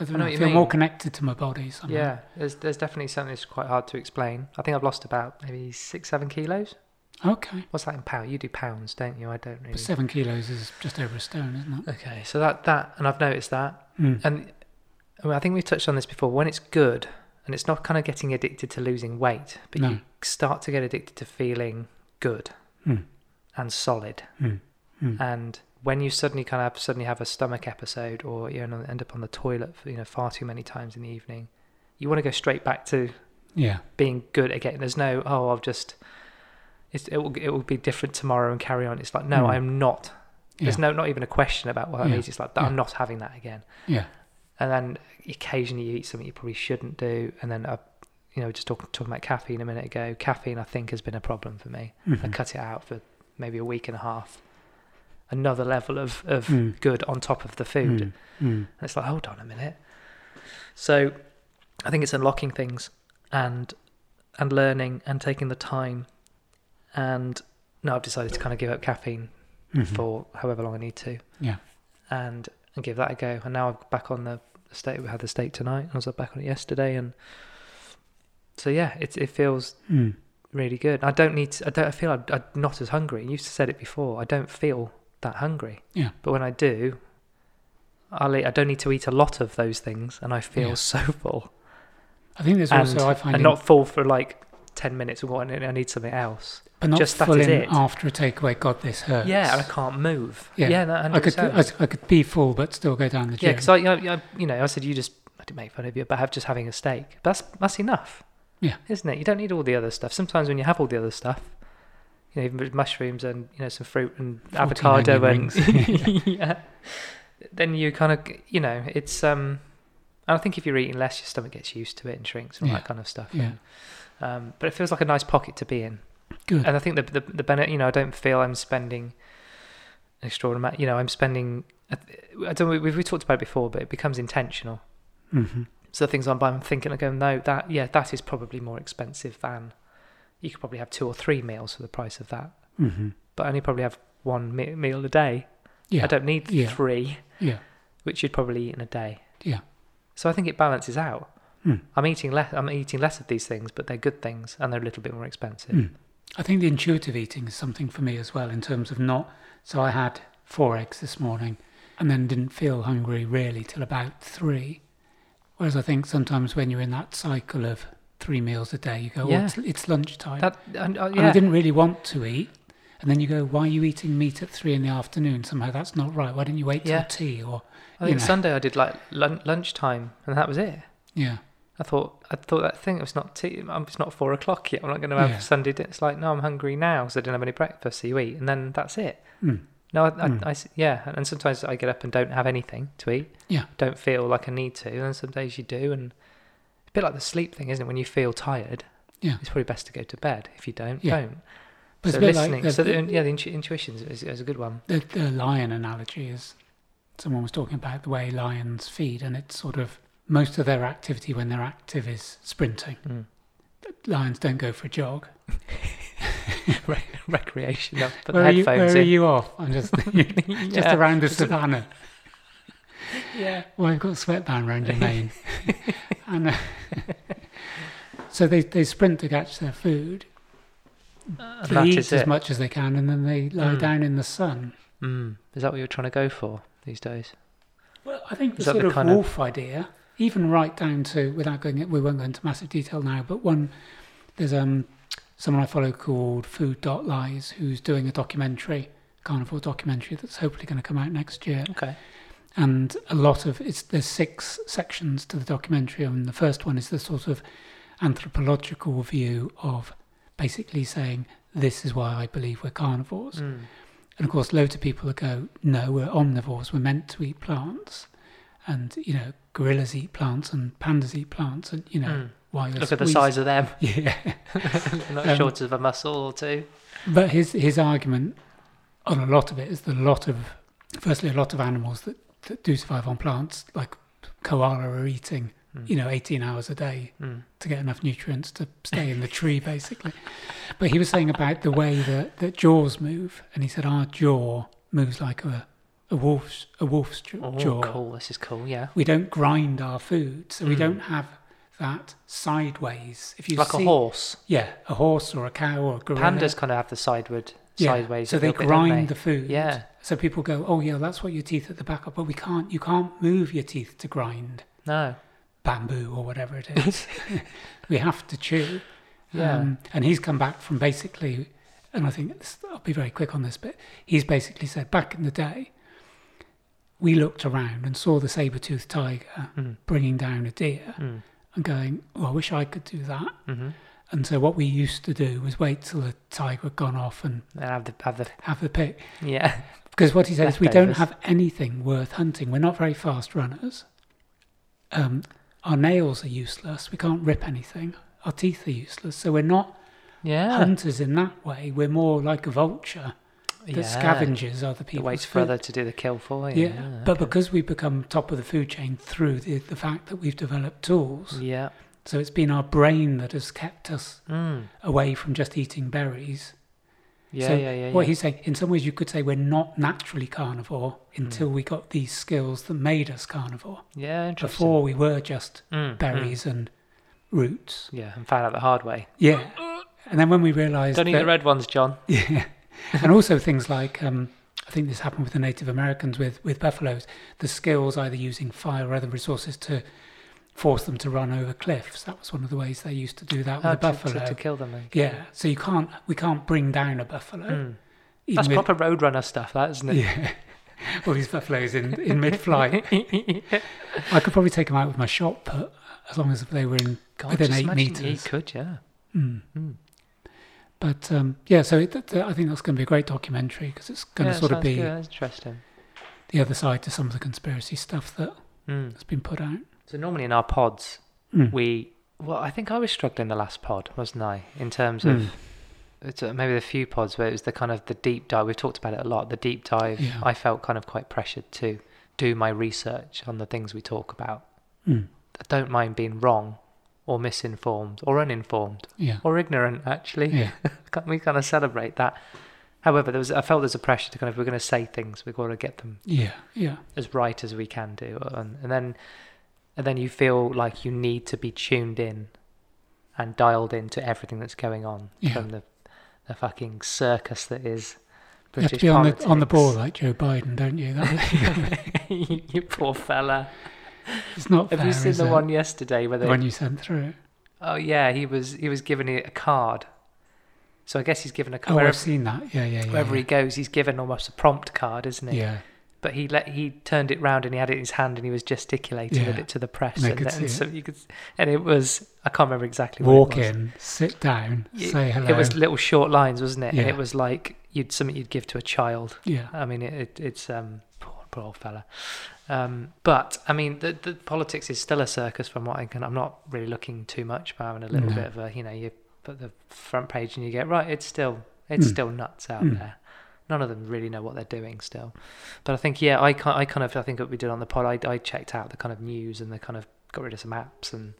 I, don't know know, what you feel more mean. connected to my body somehow. yeah, there's there's definitely something that's quite hard to explain. I think I've lost about maybe six, seven kilos. Okay. What's that in pound? You do pounds, don't you? I don't really. But seven kilos is just over a stone, isn't it? Okay, so that that, and I've noticed that, Mm. and I, mean, I think we've touched on this before. When it's good, and it's not kind of getting addicted to losing weight, but No. you start to get addicted to feeling good Mm. and solid. Mm. Mm. And when you suddenly kind of suddenly have a stomach episode, or you know end up on the toilet, you know far too many times in the evening, you want to go straight back to Yeah. being good again. There's no oh I'll just it's, it will it will be different tomorrow and carry on. It's like no Mm. I am not. There's Yeah. no not even a question about what that Yeah. means. It's like that I'm not having that again. Yeah. And then occasionally you eat something you probably shouldn't do. And then I, you know just talking talking about caffeine a minute ago. Caffeine I think has been a problem for me. I Mhm. cut it out for maybe a week and a half. Another level of of Mm. good on top of the food. Mm. Mm. And it's like, hold on a minute. So I think it's unlocking things and and learning and taking the time. And now I've decided to kind of give up caffeine Mhm. for however long I need to. Yeah. And and give that a go. And now I'm back on the steak. We had the steak tonight, and I was back on it yesterday. And so yeah, it it feels Mm. really good. I don't need. To, I don't. I feel I'm, I'm not as hungry. You said it before. I don't feel that hungry. Yeah. But when I do, I'll eat, I don't need to eat a lot of those things, and I feel Yeah. so full. I think there's And, also I find and in- not full for like ten minutes or what. and I need something else. but not just that full is in it. after a takeaway. God, this hurts. Yeah, and I can't move. Yeah. no, I could 100%. I, s- I could be full but still go down the yeah, gym. because I, you know, I- you know, I said you just. I didn't make fun of you, but have just having a steak. But that's that's enough. Yeah. Isn't it? You don't need all the other stuff. Sometimes when you have all the other stuff, you know, even with mushrooms and you know some fruit and 14 avocado and onion yeah, then you kind of you know it's um. and I think if you're eating less, your stomach gets used to it and shrinks and all Yeah. that kind of stuff. yeah, Um, but it feels like a nice pocket to be in. good. And I think the the, the benefit, you know, I don't feel I'm spending an extraordinary amount. You know, I'm spending. I don't. know, We've, we talked about it before, but it becomes intentional. hmm So the things I'm buying, I'm thinking, I go, no, that yeah, that is probably more expensive than you could probably have two or three meals for the price of that. hmm But I only probably have one me- meal a day. Yeah, I don't need Yeah. three, yeah, which you'd probably eat in a day. yeah. So I think it balances out. Hmm. I'm eating less. I'm eating less of these things, but they're good things and they're a little bit more expensive. Mm. I think the intuitive eating is something for me as well in terms of not. So I had four eggs this morning, and then didn't feel hungry really till about three. Whereas I think sometimes when you're in that cycle of three meals a day, you go, Yeah. oh, it's, it's lunchtime. That and, uh, and I yeah, didn't really want to eat. And then you go, why are you eating meat at three in the afternoon? Somehow that's not right. Why didn't you wait till Yeah. tea? Or I you think know. Sunday I did like lun- lunchtime, and that was it. yeah, I thought I thought that thing. It's not tea, um, it's not four o'clock yet. I'm not going to have Yeah. Sunday dinner. It's like no, I'm hungry now because I didn't have any breakfast. So you eat, and then that's it. Mm. No, I, I- Mm. I s- yeah, and, and sometimes I get up and don't have anything to eat. Yeah. don't feel like I need to. And then some days you do, and it's a bit like the sleep thing, isn't it? When you feel tired, Yeah. it's probably best to go to bed. If you don't, Yeah. don't. But it's so a bit like listening, the- so the, yeah, the intu- intuition is, is a good one. the, the lion analogy is someone was talking about the way lions feed, and it's sort of most of their activity when they're active is sprinting. Mm. Lions don't go for a jog. Re- recreation. I'll Put where the are you, headphones where are in. you off? I'm just just Yeah. around the savannah. Yeah. Well, you've got a sweatband around your mane. and, uh, so they, they sprint to catch their food. And They that eat is as it. much as they can, and then they lie Mm. down in the sun. Mm. Is that what you're trying to go for these days? Well, I think the Is that sort the of kind of- wolf idea, even right down to without going, we won't go into massive detail now, but one there's um someone I follow called Food Dot Lies who's doing a documentary, carnivore documentary that's hopefully going to come out next year, Okay. and a lot of it's there's six sections to the documentary, and the first one is the sort of anthropological view of basically saying this is why I believe we're carnivores. Mm. And of course, loads of people that go, no, we're omnivores, we're meant to eat plants. And, you know, gorillas eat plants and pandas eat plants. And, you know, Mm. why are Look at the size of them. Yeah. Not Um, short of a muscle or two. But his, his argument on a lot of it is that a lot of, firstly, a lot of animals that, that do survive on plants, like koala, are eating you know, 18 hours a day Mm. to get enough nutrients to stay in the tree, basically. But he was saying about the way that, that jaws move, and he said our jaw moves like a, a wolf's a wolf's j- Oh, jaw. cool. This is cool. Yeah. We don't grind our food, so we Mm. don't have that sideways. If you like see, a horse. yeah, a horse or a cow or a gorilla, Pandas kind of have the sideward, yeah, sideways. So a they little bit, don't grind they? the food. Yeah. So people go, oh yeah, that's what your teeth at the back are. But we can't. You can't move your teeth to grind No. bamboo or whatever it is. we have to chew. Um, Yeah. and he's come back from basically, and I think this, I'll be very quick on this, but he's basically said back in the day, we looked around and saw the saber toothed tiger Mm. bringing down a deer Mm. and going, oh, I wish I could do that. Mm-hmm. And so what we used to do was wait till the tiger had gone off and And have the have the have the pick. yeah. Because what he says, is we don't Leftovers. have anything worth hunting. We're not very fast runners. Um, our nails are useless. We can't rip anything. Our teeth are useless. So we're not Yeah. hunters in that way. We're more like a vulture. The yeah. scavengers are the That people. waits for other to do the kill for Yeah, you. Yeah. but because we become top of the food chain through the, the fact that we've developed tools, Yeah. so it's been our brain that has kept us Mm. away from just eating berries. Yeah, So yeah, yeah, yeah. What he's saying, in some ways, you could say we're not naturally carnivore Hmm. until we got these skills that made us carnivore. yeah, interesting. Before we were just Mm, mm. berries and roots. Yeah, and found out the hard way. Yeah. And then when we realised Don't eat the that, red ones, John. yeah, and also things like um, I think this happened with the Native Americans with with buffaloes, the skills either using fire or other resources to force them to run over cliffs. That was one of the ways they used to do that with Oh, a to, to- buffalo. to kill them. then. yeah, so you can't we can't bring down a buffalo. Mm. even That's with- proper roadrunner stuff, that isn't it? Yeah. All these buffaloes in, in mid flight. I could probably take them out with my shot put as long as they were in God, within just eight imagine- yeah, you meters. could, yeah. Mm. Mm. But um, yeah, so it, th- th- I think that's going to be a great documentary because it's going yeah, to sort of sounds be good, that's interesting. the other side to some of the conspiracy stuff that Mm. has been put out. So normally in our pods, Mm. we well, I think I was struggling the last pod, wasn't I? In terms Mm. of it's, uh, maybe the few pods where it was the kind of the deep dive. We've talked about it a lot. The deep dive. Yeah. I felt kind of quite pressured to do my research on the things we talk about. Mm. I don't mind being wrong, or misinformed, or uninformed, Yeah. or ignorant. Actually, Yeah. Can we kind of celebrate that. However, there was I felt there's a pressure to kind of we're going to say things, we've got to get them Yeah. Yeah. as right as we can do, and, and then and then you feel like you need to be tuned in and dialed into everything that's going on Yeah. from the the fucking circus that is You British have to be on the, on the ball politics. like Joe Biden, don't you? That, you poor fella. it's not Have fair, you seen is the it? one yesterday where The they? one you sent through? Oh yeah, he was he was given a card. So I guess he's given a card. Oh, I've wherever seen that. Yeah, yeah, yeah. wherever he yeah. goes, he's given almost a prompt card, isn't he? yeah. but he let he turned it round and he had it in his hand and he was gesticulating with Yeah. it to the press And they and, could then, see so you could and it was I can't remember exactly what Walk it was. in, sit down, Y- say hello. It was little short lines, wasn't it? And Yeah. it was like you'd something you'd give to a child. yeah. I mean, it, it it's um poor, poor old fella. Um, but I mean, the, the politics is still a circus from what I can. I'm not really looking too much, but having a little No. bit of a you know you put the front page and you get right. It's still it's Mm. still nuts out Mm. there. None of them really know what they're doing still. But I think yeah, I ki- I kind of I think what we did on the pod, I, I checked out the kind of news and the kind of got rid of some apps and,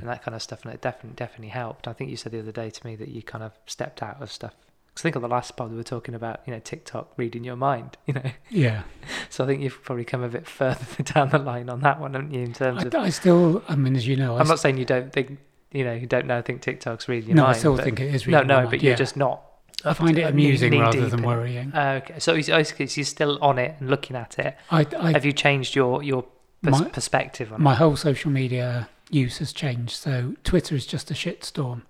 and that kind of stuff, and it definitely definitely helped. I think you said the other day to me that you kind of stepped out of stuff. Because I think on the last pod we were talking about you know TikTok reading your mind, you know. Yeah, So I think you've probably come a bit further down the line on that one, haven't you? In terms I, of, I still, I mean, as you know, I I'm not saying you don't think, you know, you don't now think TikTok's reading your no, mind. I still but- think it is. no, reading no, my but mind, you're yeah. just not. I find it knee- amusing knee rather deep than in- worrying. Uh, okay, so it's, it's, it's- you're still on it and looking at it. I, I, Have you changed your your pers- My- perspective on my whole social media use has changed. So Twitter is just a shitstorm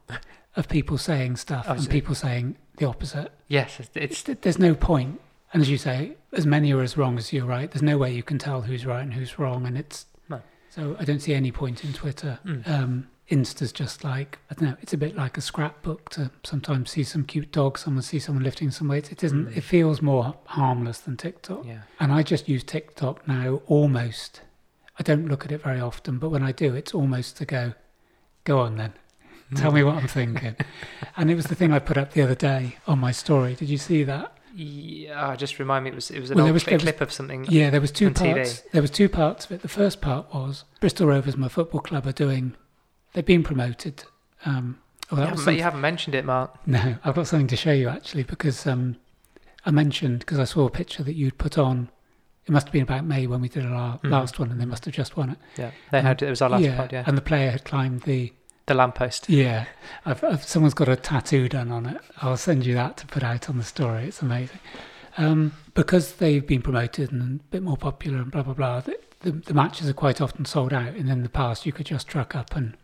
of people saying stuff Oh, and so- people saying the opposite. it? Yes, it's, it's Th- There's no point. And as you say, as many are as wrong as you're right. There's no way you can tell who's right and who's wrong. And it's No. so I don't see any point in Twitter. Mm. Um, Insta's just like I don't know. It's a bit like a scrapbook to sometimes see some cute dog, someone see someone lifting some weights. It isn't. Mm. It feels more harmless than TikTok. yeah, And I just use TikTok now almost. I don't look at it very often, but when I do, it's almost to go, go on then. Hmm. Tell me what I'm thinking. and it was the thing I put up the other day on my story. Did you see that? Yeah, oh, just remind me. It was it was an Well, there old was- cli- there was- clip of something. Yeah, there was two on TV. parts. There was two parts of it. The first part was Bristol Rovers, my football club, are doing. They've been promoted. Um, oh, You that was haven't, something, you haven't mentioned it, Mark. No, I've got something to show you actually because um, I mentioned because I saw a picture that you'd put on. It must have been about May when we did our Mhm. last one, and they must have just won it. Yeah, they had. It was our last pod. Yeah, Mm. and the player had climbed the. the lamppost. Yeah, I've, I've, someone's got a tattoo done on it. I'll send you that to put out on the story. It's amazing. Um, because they've been promoted and a bit more popular and blah blah blah. The, the, the matches are quite often sold out, and in the past you could just truck up and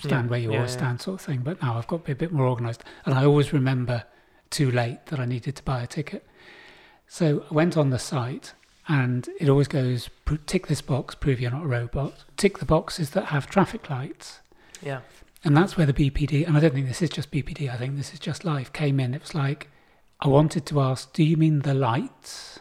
stand Yeah, where you yeah, always yeah. stand, sort of thing. But now I've got to be a bit more organised, and I always remember too late that I needed to buy a ticket. So I went on the site, and it always goes "Pro- tick this box, prove you're not a robot. Tick the boxes that have traffic lights. Yeah, And that's where the BPD, and I don't think this is just BPD, I think this is just life, came in. It was like, I wanted to ask, do you mean the lights?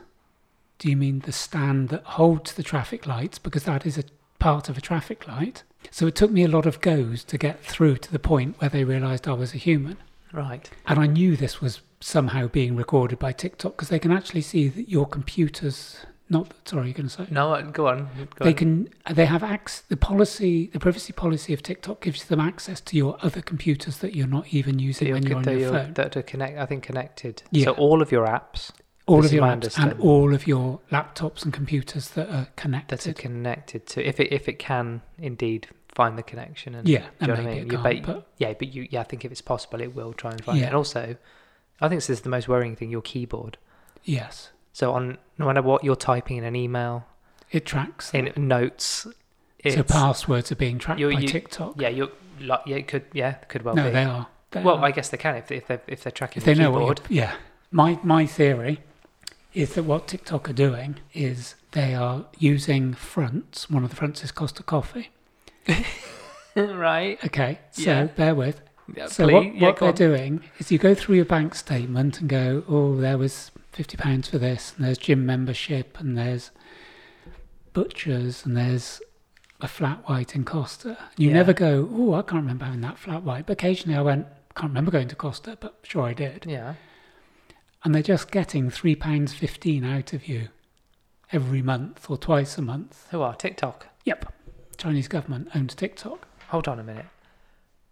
Do you mean the stand that holds the traffic lights? Because that is a part of a traffic light. So it took me a lot of goes to get through to the point where they realized I was a human. right. And I knew this was somehow being recorded by TikTok because they can actually see that your computers, not, sorry, you're going to say? No, uh, go on. Go they on. can they have access the policy the privacy policy of tiktok gives them access to your other computers that you're not even So using you're when you're good- on that your you're- phone that are connect. I think connected. Yeah. So all of your apps all this of is your my apps and understanding. all of your laptops and computers that are that are connected connected to, if it if it can indeed find the connection and yeah do you that know may what I be mean? a You con, bait- but yeah, but you yeah, I think if it's possible, it will try and find it. Yeah. And also, I think this is the most worrying thing: your keyboard. yes So on no matter what you're typing in an email, it tracks them. in notes, it's, so passwords are being tracked you- by you- tiktok yeah, you're like yeah, it could yeah, it could well no be. they are They well, are. I guess they can if they if they're, if they're tracking Um, if they the know keyboard. what you're- yeah my my theory is that what tiktok are doing is they are using fronts one of the fronts is costa coffee right? Okay, so Yeah. bear with. Yeah, so please, what, yeah, what go they're on. doing is you go through your bank statement and go, oh, there was fifty pounds for this, and there's gym membership, and there's butchers, and there's a flat white in Costa. You Yeah. never go, oh, I can't remember having that flat white. But occasionally I went, can't remember going to Costa, but sure I did. Yeah, And they're just getting three pounds fifteen out of you every month or twice a month. who are TikTok? Yep, Chinese government owns TikTok. Hold on a minute.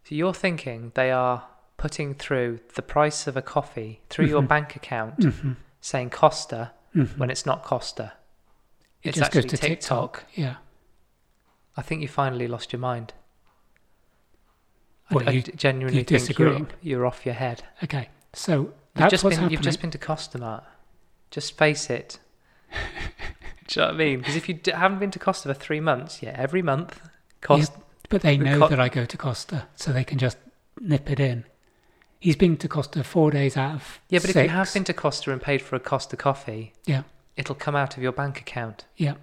So you're thinking they are putting through the price of a coffee through your Mhm. bank account, Mm-hmm. saying Costa Mhm. when it's not Costa. It it's just goes actually to TikTok. TikTok. Yeah. I think you finally lost your mind. I- Well, I, you- genuinely you think you're, disagreeing. you're off your head. Okay, so You've that's just what's been, happening. You've just been to Costa, Mark. Just face it. Do you know what I mean? Because if you d- haven't been to Costa for three months, yeah, every month, Costa. but they the know co- that I go to Costa, so they can just nip it in. He's been to Costa four days out of Yeah, but six. if you have been to Costa and paid for a Costa coffee, yeah, it'll come out of your bank account. yeah,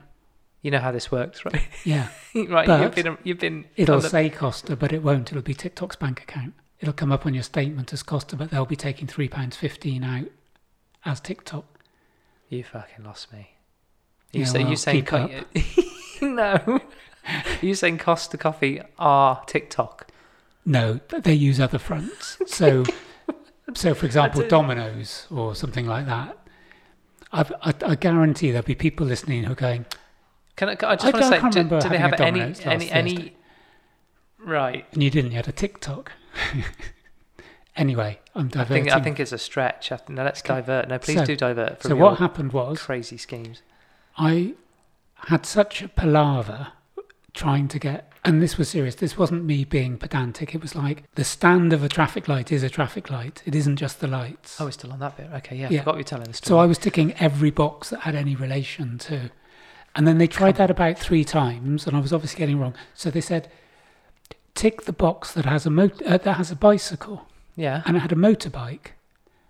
You know how this works, right? yeah. right. But you've been. You've been. It'll on the- say Costa, but it won't. It'll be TikTok's bank account. It'll come up on your statement as Costa, but they'll be taking three pounds fifteen out as TikTok. You fucking lost me. You Yeah, say you well, saying keep co- no. you saying Costa coffee are TikTok. No, but they use other fronts. So, so for example, do- Domino's or something like that. I've, I, I guarantee there'll be people listening who are going, Can I? can I just I want to don't- I say, can't do, remember do they having have a any, Domino's any, last any? Right. and you didn't, you had a TikTok. anyway, I'm I diverting. think, I think it's a stretch. I think, no, let's divert. No, please So- do divert from so your what happened was crazy schemes. I had such a palaver trying to get, and this was serious. This wasn't me being pedantic. It was like the stand of a traffic light is a traffic light. It isn't just the lights. Oh, we're still on that bit. Okay, yeah, I Yeah. forgot you were telling the story. so I was ticking every box that had any relation to, and then they tried that about three times, and I was obviously getting it wrong. So they said, tick the box that has a mot- uh, that has a bicycle, yeah, and it had a motorbike.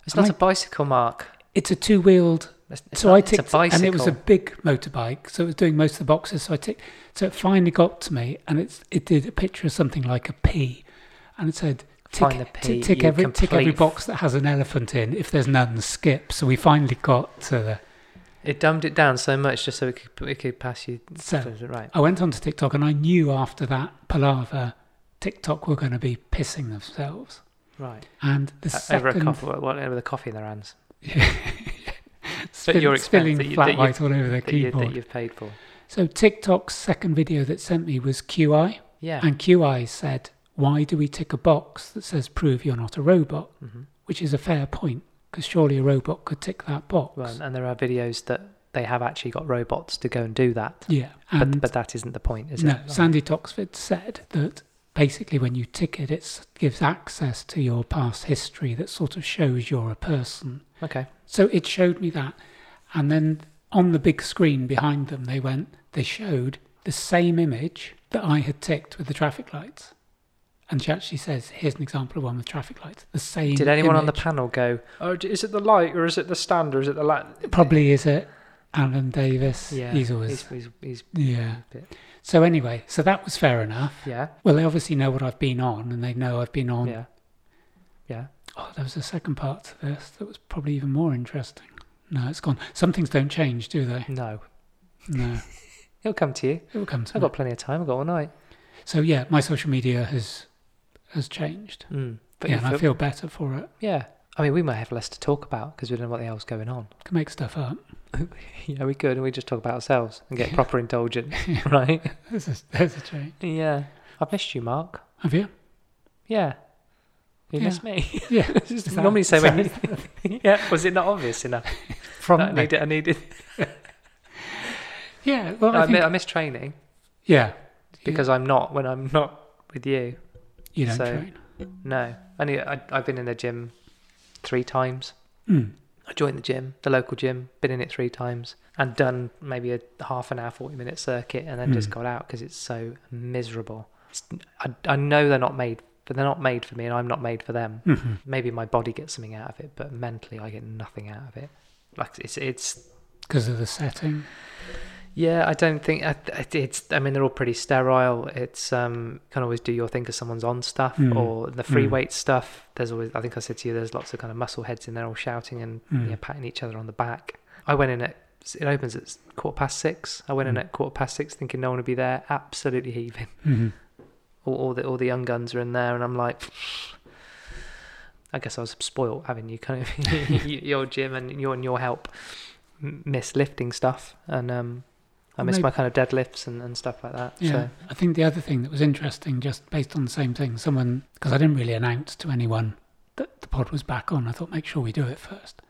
it's am not a I- bicycle, Mark. It's a two-wheeled It's, it's so not- I it's a ticked, and it was a bicycle. big motorbike, so it was doing most of the boxes. So I ticked, so it finally got to me, and it's it did a picture of something like a P, and it said tick, Find the tick- P, tick you every tick every complete- box that has an elephant in. If there's none, skip. So we finally got to the. It dumbed it down so much just so it could it could pass you. So uh, right. I went onto TikTok, and I knew after that palaver, TikTok were going to be pissing themselves. Right. And the Over a second, coffee, what, what, with a coffee in their hands. at your expense spilling that you- flat that you- white all over the that, you, keyboard. that you've paid for. So TikTok's second video that sent me was QI, Yeah. and QI said, "Why do we tick a box that says prove you're not a robot?" Mhm. Which is a fair point because surely a robot could tick that box. Well, and there are videos that they have actually got robots to go and do that. yeah, But, and but that isn't the point, is no, it? Sandy Toxford said that basically when you tick it, it gives access to your past history that sort of shows you're a person. Okay. So it showed me that. And then on the big screen behind them, they went, they showed the same image that I had ticked with the traffic lights. And she actually says, here's an example of one with traffic lights. The same. Did anyone on the image. panel go, Oh, d- is it the light or is it the stand or is it the light? Probably is it Alan Davis. yeah. He's always. He's, he's, yeah. bit- So anyway, so that was fair enough. yeah. Well, they obviously know what I've been on and they know I've been on. Yeah. Yeah. Oh, there was a second part to this that was probably even more interesting. No, it's gone. Some things don't change, do they? No. No. It'll come to you. It will come to I've me. got plenty of time. I've got all night. So yeah, my social media has has changed. Mm. But yeah, you and I feel- feel better for it. yeah. I mean, we might have less to talk about because we don't know what the hell's going on. Can make stuff up. yeah, we could, and we just talk about ourselves and get Yeah. proper indulgent, right? There's a, there's a change. Yeah. I've missed you, Mark. Have you? Yeah. You Yeah. missed me. Yeah. It's just Is that- normally say when is you, yeah, was it not obvious enough? From I needed, I needed. Yeah. Well, I, I mi- think, I miss training yeah. because I'm not when I'm not with you. You don't so- train. No, I need, I, I've been in the gym three times. Mm. I joined the gym, the local gym, been in it three times and done maybe a half an hour, 40 minute circuit and then just Hmm. got out because it's so miserable. It's, I, I know they're not made, but they're not made for me and I'm not made for them. Mhm. Maybe my body gets something out of it, but mentally I get nothing out of it. Like it's, it's, 'Cause of the setting. yeah, I don't think I- I- it's, I mean, they're all pretty sterile. It's, um, you can always do your thing because someone's on stuff Hmm. or the free Hmm. weight stuff. There's always, I think I said to you, there's lots of kind of muscle heads in there all shouting and Mm. yeah, patting each other on the back. I went in at it opens at quarter past six. I went in Mm. at quarter past six thinking no one would be there, absolutely heaving. Mhm. All, all the all the young guns are in there, and I'm like, I guess I was spoilt having you kind of you- your gym and your and your help m- miss lifting stuff, and um, I Well, miss maybe- my kind of deadlifts and, and stuff like that. Yeah. So I think the other thing that was interesting, just based on the same thing, someone, because I didn't really announce to anyone that the pod was back on, I thought, make sure we do it first.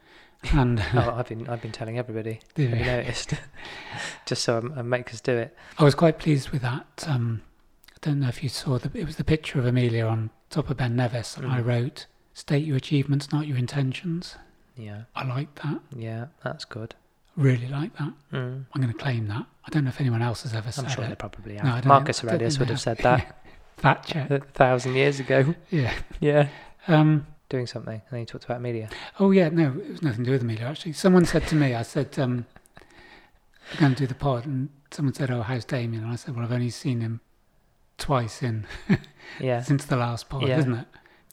And oh, I've been I've been telling everybody, have you noticed? Just so I, I make us do it. I was quite pleased with that. Um, I don't know if you saw the it was the picture of Amelia on top of Ben Nevis, and I Mm. wrote, "State your achievements, not your intentions." Yeah, I like that. yeah, that's good. Really like that. Mm. I'm going to claim that. I don't know if anyone else has ever I'm said sure they it. probably No, I have. don't Marcus think- I don't Aurelius think would they have said have. that Thatcher. a thousand years ago. Yeah. Yeah. Um, Doing something. And then he talked about media. oh yeah. No, it was nothing to do with Amelia actually. Someone said to me, I said, um, "I'm going to do the pod," and someone said, "Oh, how's Damien?" And I said, "Well, I've only seen him twice in Yeah. since the last part, Yeah. isn't it?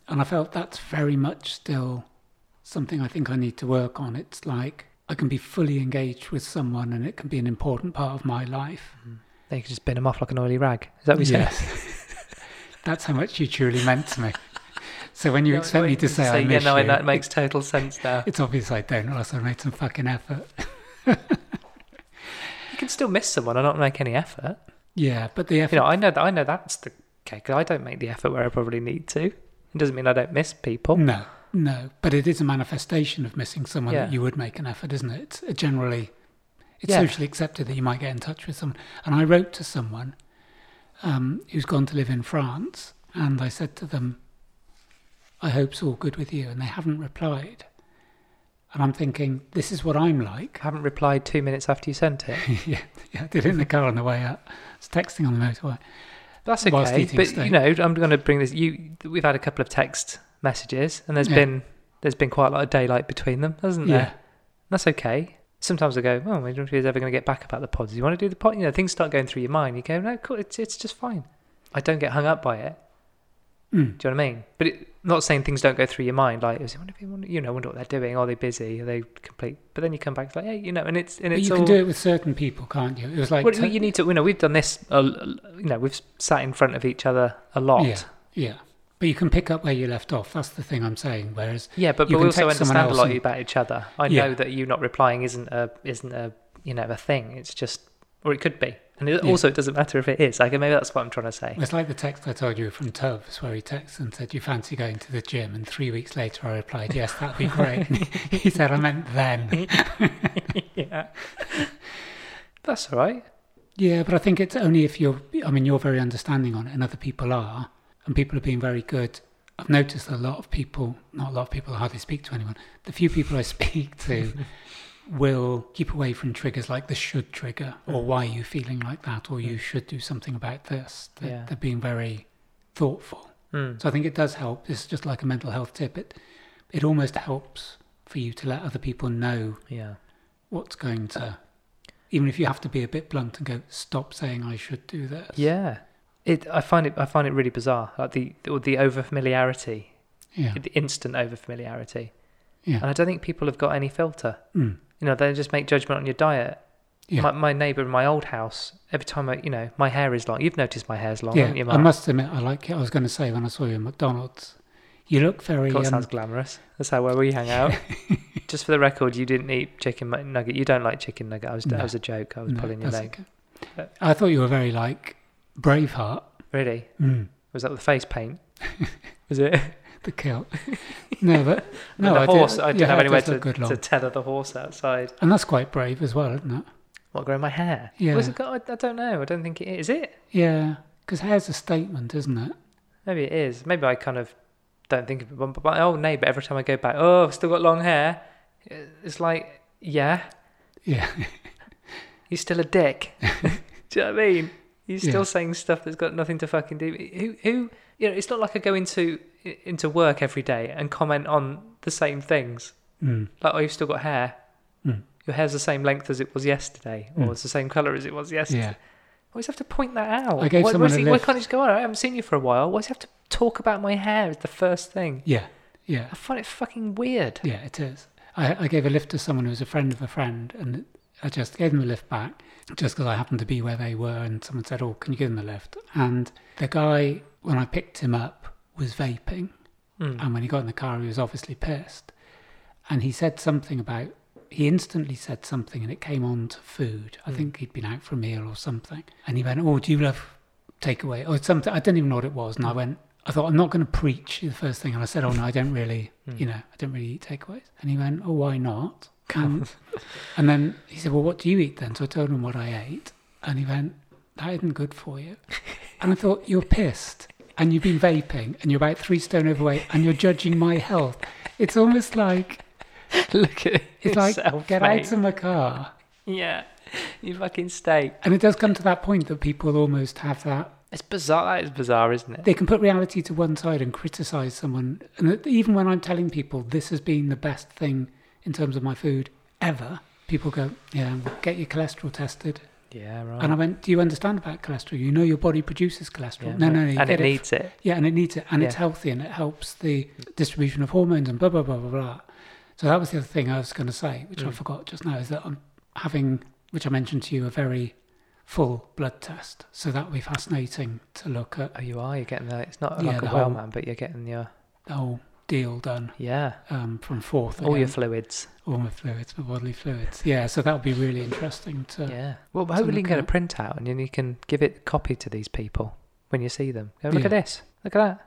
And I felt that's very much still something I think I need to work on. It's like I can be fully engaged with someone and it can be an important part of my life. They could just bin him off like an oily rag. Is that what you said? that's how much you truly meant to me. So when you Yeah, expect me wait, to say, I yeah, miss no, you, that makes total sense now. it's obvious I don't, or else I made some fucking effort. You can still miss someone and not make any effort. Yeah, but the effort. You know, I know that I know that's the case. I don't make the effort where I probably need to. It doesn't mean I don't miss people. No, no, but it is a manifestation of missing someone Yeah. that you would make an effort, isn't it? It's uh, generally, it's Yeah. socially accepted that you might get in touch with someone. And I wrote to someone um, who's gone to live in France, and I said to them, "I hope's all good with you," and they haven't replied. And I'm thinking, this is what I'm like. I haven't replied two minutes after you sent it. yeah, yeah, I did it in the car on the way out. I was texting on the motorway. That's Whilst okay. eating But you steak. know, I'm going to bring this. You, we've had a couple of text messages, and there's Yeah. been there's been quite a lot of daylight between them, hasn't there? Yeah, That's okay. Sometimes I go, oh, I wonder if he's ever going to get back about the pods. You want to do the pod? You know, things start going through your mind. You go, no, cool, it's, it's just fine. I don't get hung up by it. Mm. Do you know what I mean? But it, not saying things don't go through your mind. Like, I wonder if they want- you know, I wonder what they're doing. Are they busy? Are they complete? But then you come back, it's like, hey, you know, and it's and but it's you all. can do it with certain people, can't you? It was like, Well, te- you need to. You know, we've done this. Uh, you know, we've sat in front of each other a lot. Yeah. yeah, But you can pick up where you left off. That's the thing I'm saying. Whereas Yeah, but, You but we can also text someone understand a else lot and- about each other. I Yeah. know that you not replying isn't a isn't a you know a thing. It's just or it could be, and it, Yeah. also it doesn't matter if it is. Like maybe that's what I'm trying to say. it's like the text I told you from Tubbs, where he texts and said, "You fancy going to the gym?" And three weeks later, I replied, "Yes, that'd be great." he said, "I meant then." yeah, that's all right. Yeah, but I think it's only if you're. I mean, you're very understanding on it, and other people are, and people are being very good. I've noticed a lot of people, not a lot of people, I hardly speak to anyone. The few people I speak to will keep away from triggers like the should trigger, or why are you feeling like that, or you should do something about this. They're, Yeah. they're being very thoughtful. Mm. So I think it does help. It's just like a mental health tip. It it almost helps for you to let other people know Yeah, what's going to even if you have to be a bit blunt and go, stop saying I should do this. yeah. It I find it I find it really bizarre. Like the or the over familiarity, Yeah. the instant over familiarity, and Yeah. I don't think people have got any filter. Mm. You know, they just make judgment on your diet. Yeah. My, my neighbour in my old house, every time I, you know, my hair is long. You've noticed my hair's long, yeah. haven't you, I Mark? must admit, I like it. I was going to say when I saw you in McDonald's, you look very. God, Um, sounds glamorous. That's how where we hang out. Just for the record, you didn't eat chicken mu- nugget. You don't like chicken nugget. I was that No. was a joke. I was no, pulling your that's leg. okay. I thought you were very like Braveheart. Really? Mm, Was that the face paint? was it? the kilt. no, but no, the I horse. Did, I your didn't have hair anywhere does look to, good long. to tether the horse outside. and that's quite brave as well, isn't it? What growing my hair? Yeah. Was it, got- I, I don't know. I don't think it is. Is it? Yeah, because hair's a statement, isn't it? Maybe it is. Maybe I kind of don't think of it. But my old neighbour, every time I go back, oh, I've still got long hair. It's like, yeah, Yeah, he's still a dick. do you know what I mean? He's still Yeah. saying stuff that's got nothing to fucking do. Who, who, you know, it's not like I go into into work every day and comment on the same things. mm. Like, oh, you've still got hair. Mm. Your hair's the same length as it was yesterday, or Mm. it's the same colour as it was yesterday. yeah. I always have to point that out. I gave why, why someone does a he- why lift. can't he just go on? I haven't seen you for a while. Why does he have to talk about my hair? Is the first thing. Yeah, yeah, I find it fucking weird. yeah. It is. I, I gave a lift to someone who was a friend of a friend, and I just gave them a lift back just because I happened to be where they were, and someone said, "Oh, can you give them a lift?" And the guy, when I picked him up, was vaping, Mm. and when he got in the car, he was obviously pissed, and he said something about. He instantly said something, and it came on to food. I think he'd been out for a meal or something, and he went, "Oh, do you love takeaway or something. I didn't even know what it was, and I went. I thought I'm not going to preach the first thing, and I said, "Oh no, I don't really, you know, I don't really eat takeaways." And he went, "Oh, why not?" And, and then he said, "Well, what do you eat then?" So I told him what I ate, and he went, "That isn't good for you." And I thought, "You're pissed, and you've been vaping, and you're about three stone overweight, and you're judging my health." It's almost like Look at it's like yourself, get mate. out of my car. Yeah, you fucking steak. And it does come to that point that people almost have that It's bizarre. That is bizarre, isn't it? they can put reality to one side and criticize someone. And that- even when I'm telling people this has been the best thing in terms of my food ever, people go, "Yeah, well, get your cholesterol tested." Yeah, right. And I went, "Do you understand about cholesterol? You know your body produces cholesterol. Yeah, no, right. no, no. You and get it it needs it. yeah, and it needs it, and it's Yeah. healthy, and it helps the distribution of hormones and blah blah blah blah blah. So that was the other thing I was going to say, which I Mm. forgot just now, is that I'm having, which I mentioned to you, a very full blood test. So that will be fascinating to look at Oh, you are. You're getting that. It's not Yeah, like a the well whole- man, but you're getting your the whole deal done. yeah, um, from fourth. all your again. fluids. all my fluids, my bodily fluids. Yeah, so that'll be really interesting to. yeah. Well, to hopefully you look can get a at. printout and then you can give it a copy to these people when you see them. Go, look at Yeah. this. Look at that.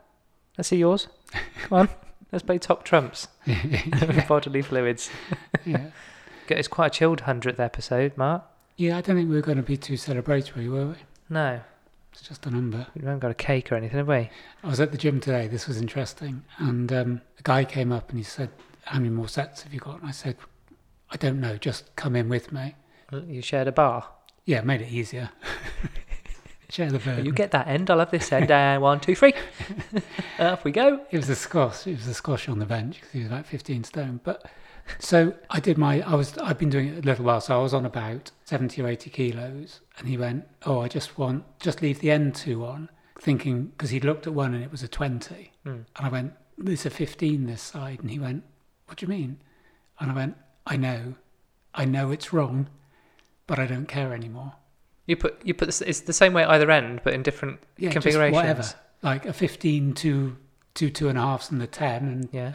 Let's see yours. Come on. Let's play top trumps. Yeah. bodily fluids. yeah. It's quite a chilled hundredth episode, Mark. I don't think we were going to be too celebratory, were we? No, It's just a number. we haven't got a cake or anything, have we? I was at the gym today. This was interesting. And um, a guy came up and he said, How many more sets have you got? And I said, I don't know. Just come in with me. You shared a bar. Yeah, made it easier. Share the burden. You get that end. I'll have this end. And one, two, three. Off we go. It was a squash. It was a squash on the bench because he was about 15 stone. But so I did my. I was. I've been doing it a little while. So I was on about 70 or 80 kilos, and he went, "Oh, I just want just leave the end two on," thinking because he looked at one and it was a 20, Mm. and I went, "There's a 15 this side," and he went, "What do you mean?" And I went, "I know, I know it's wrong, but I don't care anymore." You put you put this, it's the same way either end, but in different yeah, just configurations. whatever. Like a 15 to two two and a halves and the ten and Yeah.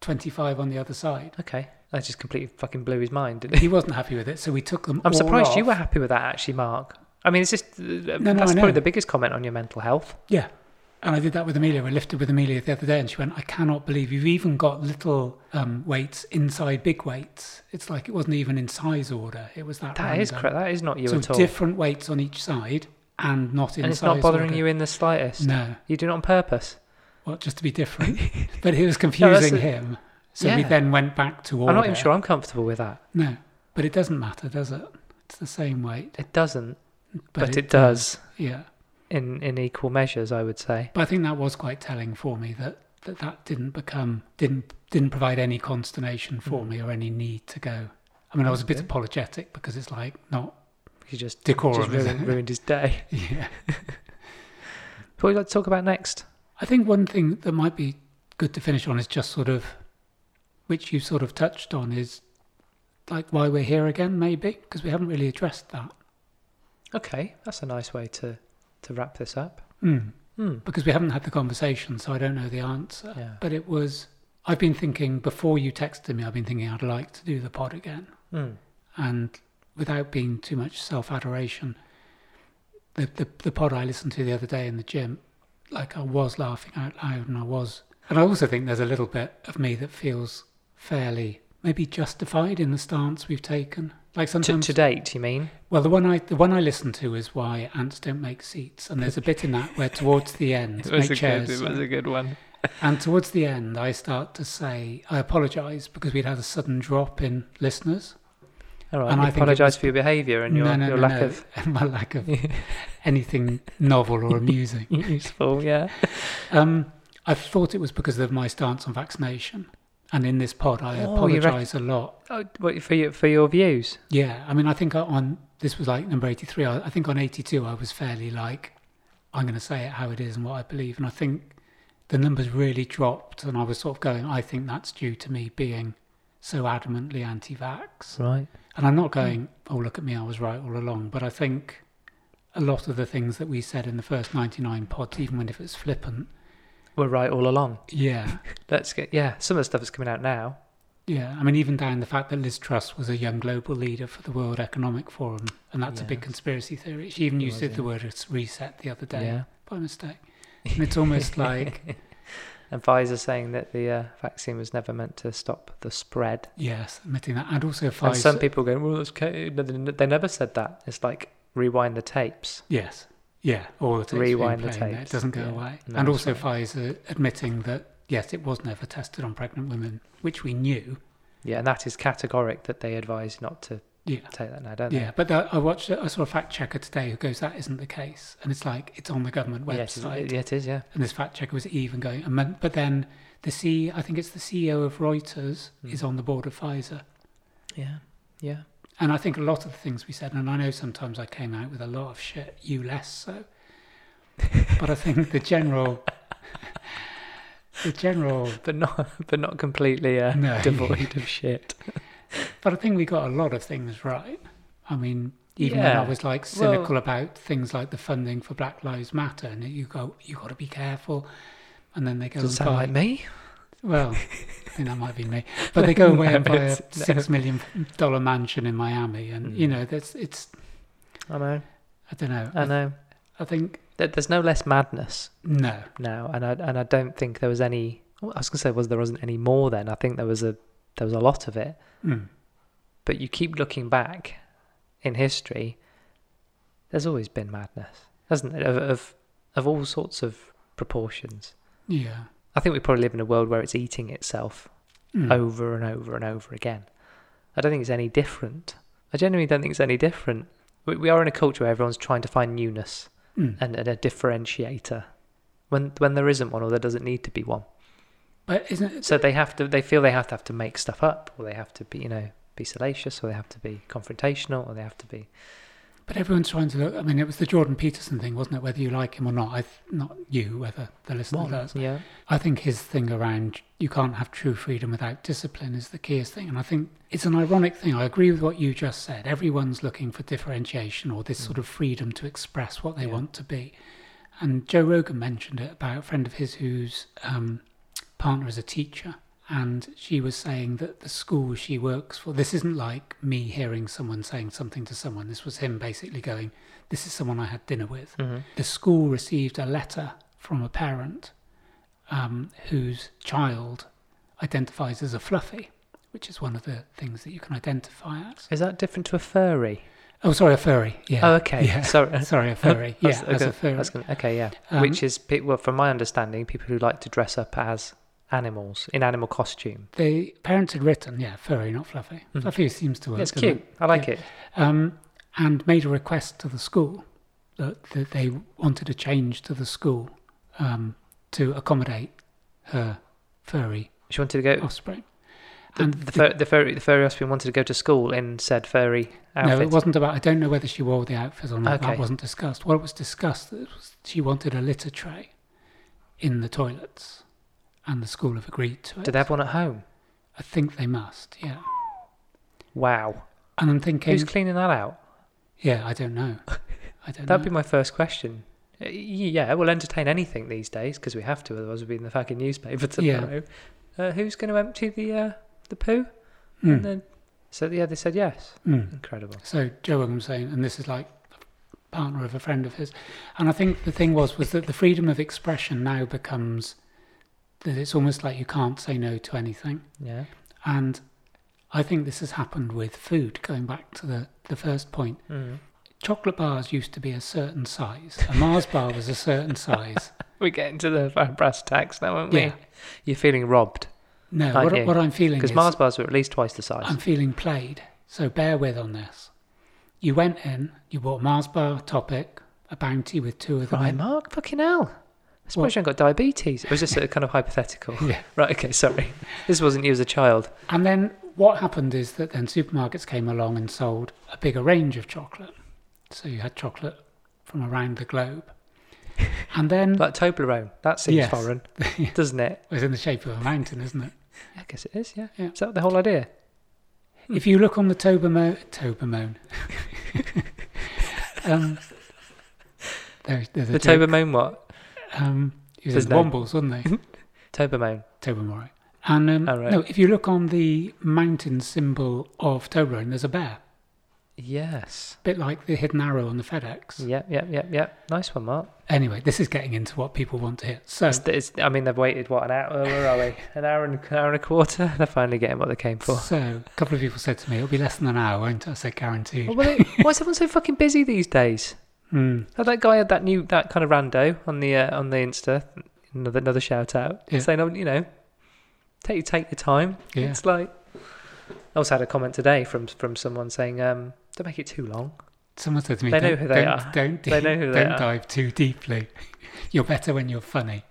twenty five on the other side. Okay. That just completely fucking blew his mind, didn't it? He wasn't happy with it, so we took them. I'm all surprised you off. were happy with that, actually, Mark. I mean, it's just uh, no, that's I know. probably the biggest comment on your mental health. Yeah. And I did that with Amelia. We lifted with Amelia the other day, and she went, I cannot believe you've even got little um, weights inside big weights. It's like it wasn't even in size order. It was that. That is random. correct. That is not you so at all, different weights on each side and not in and it's size not bothering order. you in the slightest. No. You do it on purpose. Well, just to be different. but it was confusing the- him. So we Yeah. then went back to order. I'm not even sure I'm comfortable with that. No. But it doesn't matter, does it? It's the same weight. It doesn't, But, but, it, does Yeah. in in equal measures, I would say. But I think that was quite telling for me that that, that didn't become didn't didn't provide any consternation for me or any need to go. I mean, I was a bit Mm. Okay. apologetic because it's like not You just decorum. just is ruined, it? ruined his day. yeah. What would you like to talk about next? I think one thing that might be good to finish on is just sort of, which you sort of touched on is like why we're here again, maybe because we haven't really addressed that. Okay, that's a nice way to to wrap this up. Mm. Hmm. Because we haven't had the conversation, so I don't know the answer. Yeah. But it was. I've been thinking before you texted me. I've been thinking I'd like to do the pod again. Hmm. and without being too much self adoration, the, the the pod I listened to the other day in the gym, like I was laughing out loud, and I was, and I also think there's a little bit of me that feels fairly maybe justified in the stance we've taken. Like To, sometimes, to date, you mean? well, the one I the one I listened to is why ants don't make seats, and there's a bit in that where towards the end make chairs. a good one. And towards the end, I start to say, I apologise because we'd had a sudden drop in listeners. All right. And I I think it apologise was- for your behaviour and your, your lack of and my lack of anything novel or amusing. useful. Yeah. Um, I thought it was because of my stance on vaccination, and in this pod I Oh, you reckon- apologise a lot. Oh, what, for your for your views. Yeah, I mean, I think I- on this was like number eighty-three. I, I think on eighty-two I was fairly like, I'm going to say it how it is and what I believe, and I think the numbers really dropped, and I was sort of going, I think that's due to me being so adamantly anti-vax. Right. And I'm not Hmm. going, oh, look at me, I was right all along. But I think a lot of the things that we said in the first 99 pods, even when if it's flippant, We're right all along. yeah, Let's get yeah. Some of the stuff that's coming out now. yeah. I mean, even down the fact that Liz Truss was a young global leader for the World Economic Forum, and that's a big Yes. conspiracy theory. She even It used was, it, the yeah. word it's reset the other day Yeah. by mistake. And it's almost like, And Pfizer saying that the uh, vaccine was never meant to stop the spread. yes, admitting that. And also, And some Pfizer. people going, well, that's okay. No, they they never said that. It's like rewind the tapes. Yes. Yeah. Oh, All the tapes being Rewind the played there, It tapes, doesn't go yeah. away. No, that's and also Pfizer admitting that yes, it was never tested on pregnant women, which we knew. Yeah, and that is categoric that they advise not to Yeah. take that now, don't they? Yeah, but the, I watched. I saw a fact checker today who goes, "That isn't the case," and it's like it's on the government Yeah, it is, website. yeah, it is, yeah. And this fact checker was even going, and then- but then the C, I think it's the CEO of Reuters, Hmm. is on the board of Pfizer, Yeah, yeah. and I think a lot of the things we said, and I know sometimes I came out with a lot of shit, you less so, but I think the general, the general, But not, but not completely uh, No. devoid of shit. but I think we got a lot of things right. I mean, even Yeah. when I was like Well- cynical about things like the funding for Black Lives Matter, and you go, you got to be careful, and then they go Doesn't and sound buy. like me. Well, I think that might be me, but they go away and buy a it's- no. six million dollar mansion in Miami, and Mm. you know that's it's. I know, I don't know. I know. I think There- There's no less madness no. now, and I and I don't think there was any. well, I was gonna say was there wasn't any more then. I think there was a there was a lot of it, Mm. but you keep looking back in history. There's always been madness, hasn't it? Of of, of all sorts of proportions. Yeah. I think we probably live in a world where it's eating itself Mm. over and over and over again. I don't think it's any different. I genuinely don't think it's any different. We, we are in a culture where everyone's trying to find newness Mm. and, and a differentiator when when there isn't one or there doesn't need to be one. But isn't it? So they have to they feel they have to have to make stuff up or they have to be you know be salacious or they have to be confrontational or they have to be But everyone's trying to look. I mean, it was the Jordan Peterson thing, wasn't it? Whether you like him or not, I th- not you, whether the listener does. yeah I think his thing around you can't have true freedom without discipline is the keyest thing. And I think it's an ironic thing. I agree with what you just said. Everyone's looking for differentiation or this sort of freedom to express what they Yeah. want to be. And Joe Rogan mentioned it about a friend of his whose um, partner is a teacher. And she was saying that the school she works for, this isn't like me hearing someone saying something to someone. This was him basically going, This is someone I had dinner with. Mm-hmm. The school received a letter from a parent um, whose child identifies as a fluffy, which is one of the things that you can identify as. Is that different to a furry? Oh, sorry, a furry. Yeah. Oh, okay. Yeah. Sorry. Sorry, a furry. yeah, That's- as a furry. That's gonna, okay, yeah. Um, Which is, pe- well, from my understanding, people who like to dress up as animals in animal costume. The parents had written, yeah, furry, not fluffy. Mhm. Fluffy seems to work. it's doesn't cute. I like it. it? Um, and made a request to the school that, that they wanted a change to the school um, to accommodate her furry She wanted to go. offspring. The, the, fur, the furry, the furry offspring wanted to go to school in said furry outfit. No, it wasn't about. I don't know whether she wore the outfit or not. Okay. That wasn't discussed. What was discussed was she wanted a litter tray in the toilets, and the school have agreed to it. Did they have one at home? I think they must. Yeah. Wow. And I'm thinking, Who's cleaning that out? yeah, I don't know. I don't That'd be know. my first question. Uh, y- Yeah, we'll entertain anything these days because we have to, otherwise we'll be in the fucking newspaper Yeah. tomorrow. Uh, who's going to empty the uh, the poo? Mm, And then, so yeah, they said yes. mm. Hmm. Incredible. So Joe Ogham's saying, and this is like a partner of a friend of his, and I think the thing was was that the freedom of expression now becomes that it's almost like you can't say no to anything. Yeah. And I think this has happened with food, going back to the, the first point. Mm. Chocolate bars used to be a certain size. A Mars bar was a certain size. We're getting to the brass tacks now, aren't we? Yeah. You're feeling robbed No, Aren't what, you? what I'm feeling because is Mars bars are at least twice the size. I'm feeling played. So bear with on this. You went in, you bought Mars bar, Topic, a bounty with two of them. right, in. Mark, fucking hell. I suppose What? you haven't got diabetes. Or is this a kind of hypothetical? Yeah. Right, okay, sorry. This wasn't you as a child. And then what happened is that then supermarkets came along and sold a bigger range of chocolate. So you had chocolate from around the globe. And then Like Toblerone. That seems Yes. foreign, doesn't it? it's in the shape of a mountain, isn't it? I guess it is, yeah. Yeah. Is that the whole idea? If you look on the Tobermo, Tobermone, um, there, there's a The joke. Tobermone what? Um, he was There's in no- Wombles, wasn't he? Tobermone. Tobermory. And um, Oh, right. no, if you look on the mountain symbol of Toblerone, there's a bear, Yes. a bit like the hidden arrow on the FedEx. Yep, yep, yep, yep. Nice one, Mark. Anyway, this is getting into what people want to hear. So It's, it's, I mean, they've waited, what, an hour? Where are we? An hour and, an hour and a quarter? They're finally getting what they came for. So, a couple of people said to me, it'll be less than an hour, won't it? I said, guaranteed. Oh, Well, they- why is everyone so fucking busy these days? Hmm. Like that guy had that new that kind of rando on the uh, on the Insta. Another another shout out Yeah. saying, oh, you know, take take your time. Yeah. It's like I also had a comment today from from someone saying, um, don't make it too long. Someone said to me, They know don't, who they don't, are. Don't, They know who they don't are. dive too deeply. You're better when you're funny.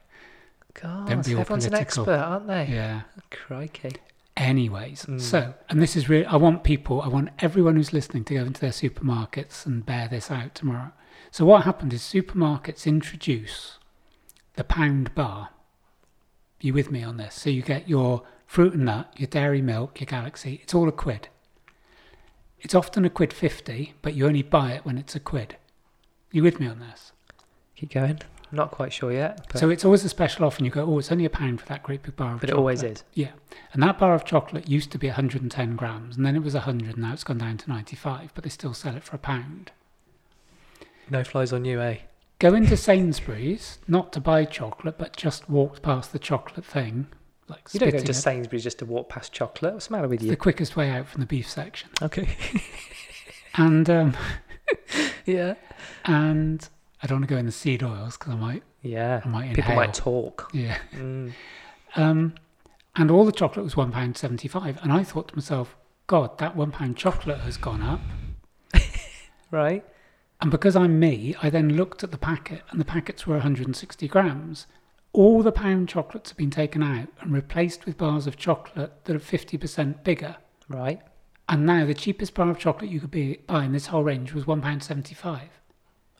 God, Don't be all everyone's an political. expert, aren't they? Yeah. Crikey. Anyways, Mm. so, and this is really, I want people, I want everyone who's listening to go into their supermarkets and bear this out tomorrow. So, what happened is supermarkets introduce the pound bar. You with me on this? So, you get your fruit and nut, your dairy milk, your galaxy, it's all a quid. It's often a quid 50, but you only buy it when it's a quid. You with me on this? Keep going. I'm not quite sure yet, but, so, it's always a special offer, and you go, oh, it's only a pound for that great big bar of but it always chocolate." is. Yeah. And that bar of chocolate used to be 110 grams, and then it was 100, now it's gone down to 95, but they still sell it for a pound. No flies on you, eh? Go into Sainsbury's, not to buy chocolate, but just walked past the chocolate thing. Like You don't go spitting to it. Sainsbury's just to walk past chocolate. What's the matter with It's the you? quickest way out from the beef section. Okay. And um, yeah. and I don't want to go in the seed oils because I might Yeah. I might People inhale. might talk. yeah. Mm. Um, and all the chocolate was one pound seventy five, and I thought to myself, God, that one pound chocolate has gone up. Right. And because I'm me, I then looked at the packet, and the packets were 160 grams. All the pound chocolates have been taken out and replaced with bars of chocolate that are 50% bigger. Right. And now the cheapest bar of chocolate you could be, buy in this whole range was £1.75.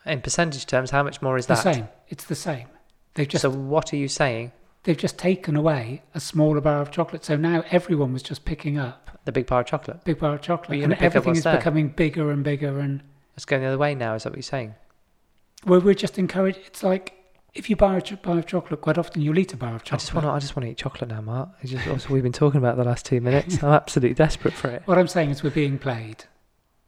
In percentage terms, how much more is The that? same. It's the same. They've just, so what are you saying? they've just taken away a smaller bar of chocolate. So now everyone was just picking up The big bar of chocolate. big bar of Well, chocolate. you're And gonna pick up everything what's is there. becoming bigger and bigger. And It's going the other way now. Is that what you're saying? where we're just encouraged. It's like if you buy a ch- bar of chocolate, quite often you'll eat a bar of I chocolate. just want to. I just want to eat chocolate now, Mark. It's just obviously we've been talking about the last two minutes. I'm absolutely desperate for it. What I'm saying is we're being played.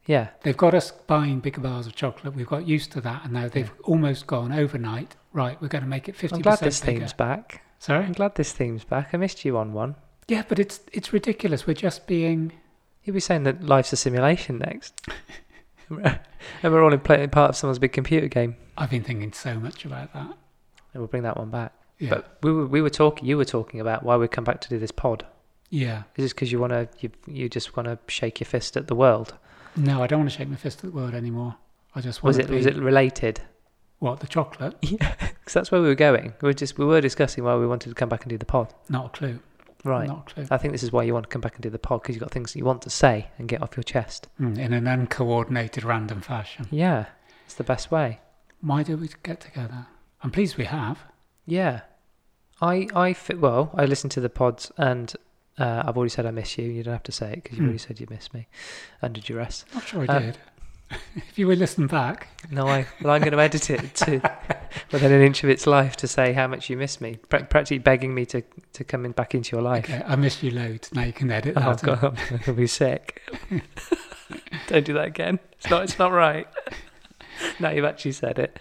Yeah. They've got us buying bigger bars of chocolate. We've got used to that, and now they've almost gone overnight. Right, we're going to make it fifty I'm glad percent this bigger. theme's back. I'm Sorry. glad this theme's back. I missed you on one. Yeah, but it's it's ridiculous. We're just being You'll be saying that life's a simulation next. and we're all in playing part of someone's big computer game. I've been thinking so much about that. And we'll bring that one back. Yeah. But we were, we were talking. You were talking about why we come back to do this pod. yeah. Is this because you want to? You, you just want to shake your fist at the world? No, I don't want to shake my fist at the world anymore. I just Was want to it? be, Was it related? what the chocolate? Because that's where we were going. We were just we were discussing why we wanted to come back and do the pod. Not a clue. Right. Not a clue. I think this is why you want to come back and do the pod because you've got things that you want to say and get off your chest. Mm, in an uncoordinated, random fashion. Yeah, it's the best way. Why do we get together? I'm pleased we have. Yeah, I I fit well. I listened to the pods and uh, I've already said I miss you. You don't have to say it because you Hmm. already said you miss me under duress. Not sure I Uh, did. if you would listen back, No, I well I'm going to edit it to within an inch of its life to say how much you miss me, pra- practically begging me to to come in back into your life. okay, I miss you loads. Now you can edit Oh that. in. God, I'm going to be sick. Don't do that again. It's not. It's not right. now you've actually said it.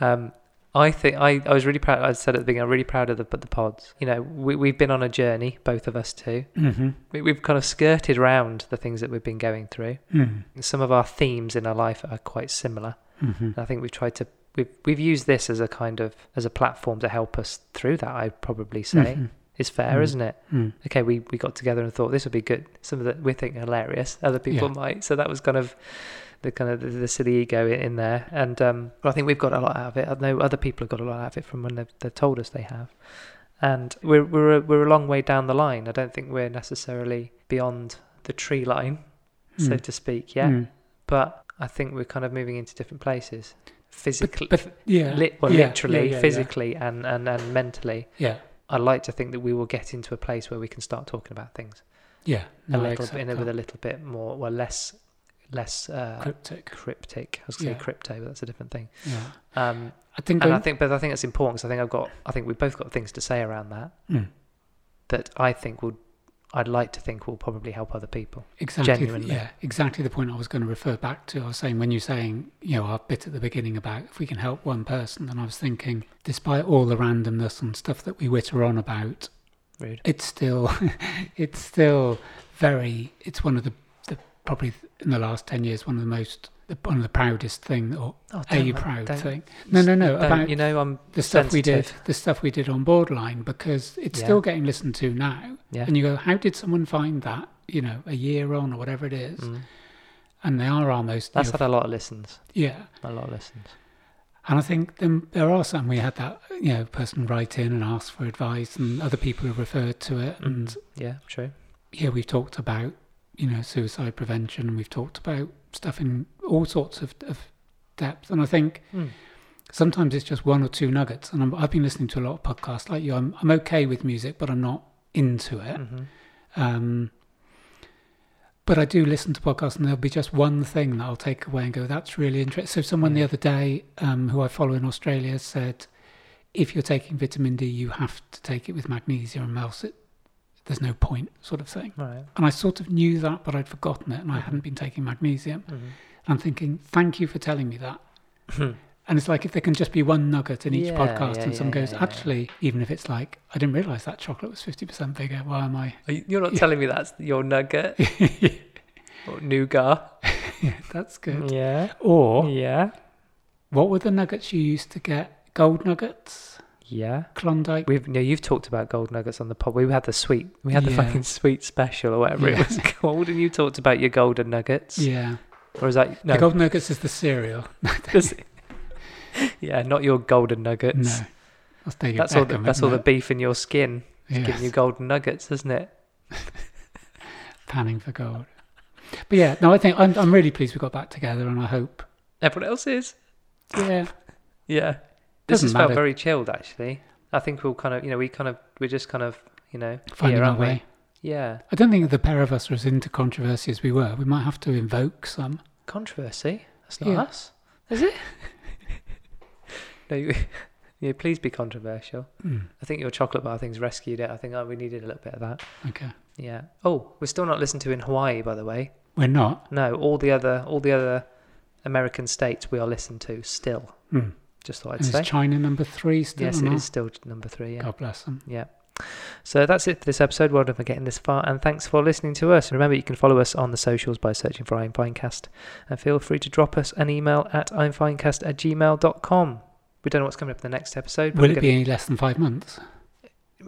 Um, I think I, I was really proud. I said at the beginning, I'm really proud of the the pods. You know, we we've been on a journey, both of us too. Mhm. We, we've kind of skirted round the things that we've been going through. Mm. Some of our themes in our life are quite similar. Mhm. And I think we've tried to we've we've used this as a kind of as a platform to help us through that. I'd probably say Mhm. it's fair, Mhm. isn't it? Mm. okay, we, we got together and thought this would be good. Some of that we think hilarious, other people Yeah. might. So that was kind of the kind of the, the silly ego in, in there. And um, well, I think we've got a lot out of it. I know other people have got a lot out of it from when they've, they've told us they have. And we're we're a, we're a long way down the line. I don't think we're necessarily beyond the tree line, so Mm. to speak, yet. Mm. But I think we're kind of moving into different places, physically, But, but yeah, lit, well, yeah, yeah, literally, yeah, yeah. physically, And, and and mentally. Yeah, I like to think that we will get into a place where we can start talking about things yeah. a No, I little accept bit in a, with a little bit more, well, less, less that. uh, cryptic. cryptic. I was going to Yeah. say crypto, but that's a different thing. Yeah, Um, I think. and I- I think, but I think it's important because I think I've got, I think we've both got things to say around that Mm. that I think would, I'd like to think will probably help other people. Exactly. th- Genuinely. Yeah, exactly the point I was going to refer back to. I was saying when you're saying, you know, our bit at the beginning about if we can help one person, and I was thinking, despite all the randomness and stuff that we witter on about, Rude. it's still, it's still very. It's one of the, the probably in the last ten years one of the most, the, one of the proudest thing or Oh, are don't you ma- proud don't- thing. No, no, no. don't- About you know, I'm the stuff we did, sensitive. the stuff we did on Borderline, because it's Yeah. still getting listened to now. Yeah. And you go, how did someone find that? You know, a year on or whatever it is, Mm. and they are almost. That's you know, had a lot of listens. yeah. A lot of listens. And I think then there are some. We had that you know person write in and ask for advice, and other people have referred to it. Mm-hmm. And Yeah, true. yeah, we've talked about you know suicide prevention, and we've talked about stuff in all sorts of, of depth. And I think Mm. sometimes it's just one or two nuggets. And I'm, I've been listening to a lot of podcasts like you. I'm I'm okay with music, but I'm not into it. hmm Um, but I do listen to podcasts, and there'll be just one thing that I'll take away and go, "That's really interesting." So, someone the Yeah. other day um, who I follow in Australia said, "If you're taking vitamin D, you have to take it with magnesium, or else it, there's no point," sort of thing. Right. And I sort of knew that, but I'd forgotten it, and I Mhm. hadn't been taking magnesium. Mhm. And I'm thinking, "Thank you for telling me that." And it's like if there can just be one nugget in each Yeah, podcast, yeah, and someone yeah, goes, yeah, yeah. "Actually, even if it's like, I didn't realise that chocolate was fifty percent bigger. Why am I?" Are you- You're not Yeah. telling me that's your nugget or nougat. yeah, that's good. Yeah. Or Yeah. What were the nuggets you used to get? Gold nuggets, Yeah. Klondike. We've no, you've talked about gold nuggets on the pod. We had the sweet, we had the Yeah. fucking sweet special or whatever Yeah. it was called, and you talked about your golden nuggets. Yeah, Or is that no? the gold nuggets is the cereal. this- yeah, not your golden No, nuggets. that's David that's all. The, Beckham, that's all isn't the it? beef in your skin. is Yes, Giving you golden nuggets, isn't it? panning for gold. But yeah, no, I think I'm, I'm really pleased we got back together, and I hope. Everyone else is. Yeah, Yeah. This Doesn't has felt matter. very chilled, actually. I think we'll kind of, you know, we kind of, we're just kind of, you know, finding here, our aren't we? way. Yeah. I don't think the pair of us are as into controversy as we were. We might have to invoke some. Controversy. That's not Yeah. us, is it? No, you, yeah, please be controversial. Mm, I think your chocolate bar thing's rescued it. I think oh, we needed a little bit of that. okay. Yeah. Oh, we're still not listened to in Hawaii, by the way. We're not. No, all the other all the other American states we are listened to still. Mm. Just thought I'd And say. is China number three still? Hmm. yes, or it not? is still number three. Yeah. God bless them. So that's it for this episode. Well done for getting this far, and thanks for listening to us. Remember, you can follow us on the socials by searching for I'm Finecast, and feel free to drop us an email at imfinecast at gmail.com. We don't know what's coming up in the next episode. but Will we're it be any less than five months?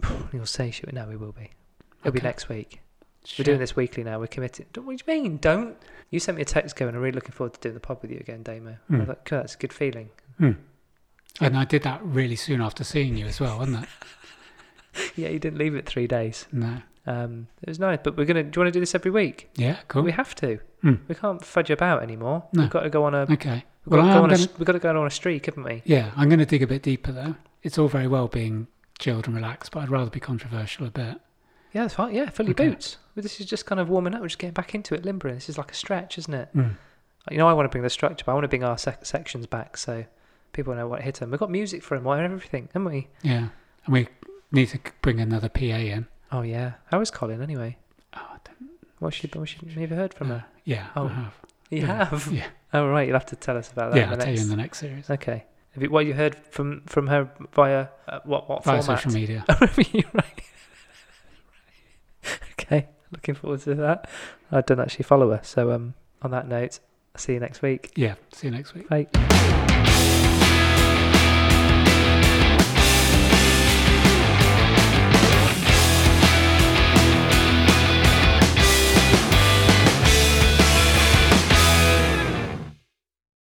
gonna- You'll say, sure. No, we will be. It'll be Okay. next week. We're doing this weekly now. We're committed. Don't, what do you mean? Don't. You sent me a text going, I'm really looking forward to doing the pod with you again, Damo. I Hmm. thought, "Cool, that's a good feeling. And I did that really soon after seeing you as well, wasn't it? yeah, you didn't leave it three days. No. Um, it was nice. But we're going to, do you want to do this every week? Yeah, cool. We have to. Hmm. We can't fudge about anymore. No. We've got to go on a Okay. We've got, Well, to I'm go on a, gonna- we've got to go on a streak, haven't we? Yeah, I'm going to dig a bit deeper though. It's all very well being chilled and relaxed, but I'd rather be controversial a bit. Yeah, that's fine. Yeah, fill your Okay. boots. Well, this is just kind of warming up. We're just getting back into it, limbering. This is like a stretch, isn't it? Mm. You know, I want to bring the structure, but I want to bring our sec- sections back so people know what hit them. We've got music for them, and everything, haven't we? Yeah. And we need to bring another PA in. Oh, yeah. How is Colin anyway? Oh, I don't What she, what she have you heard from her? Yeah. Oh, I have. You Uh, yeah. have? Yeah. Oh, right. You'll have to tell us about that. Yeah, in I'll the tell you next- in the next series. Okay. Have you, what you heard from, from her via uh, what, what Via format? Oh, social media. right. okay, looking forward to that. I don't actually follow her, so um, on that note, I'll see you next week. Yeah. See you next week. Bye.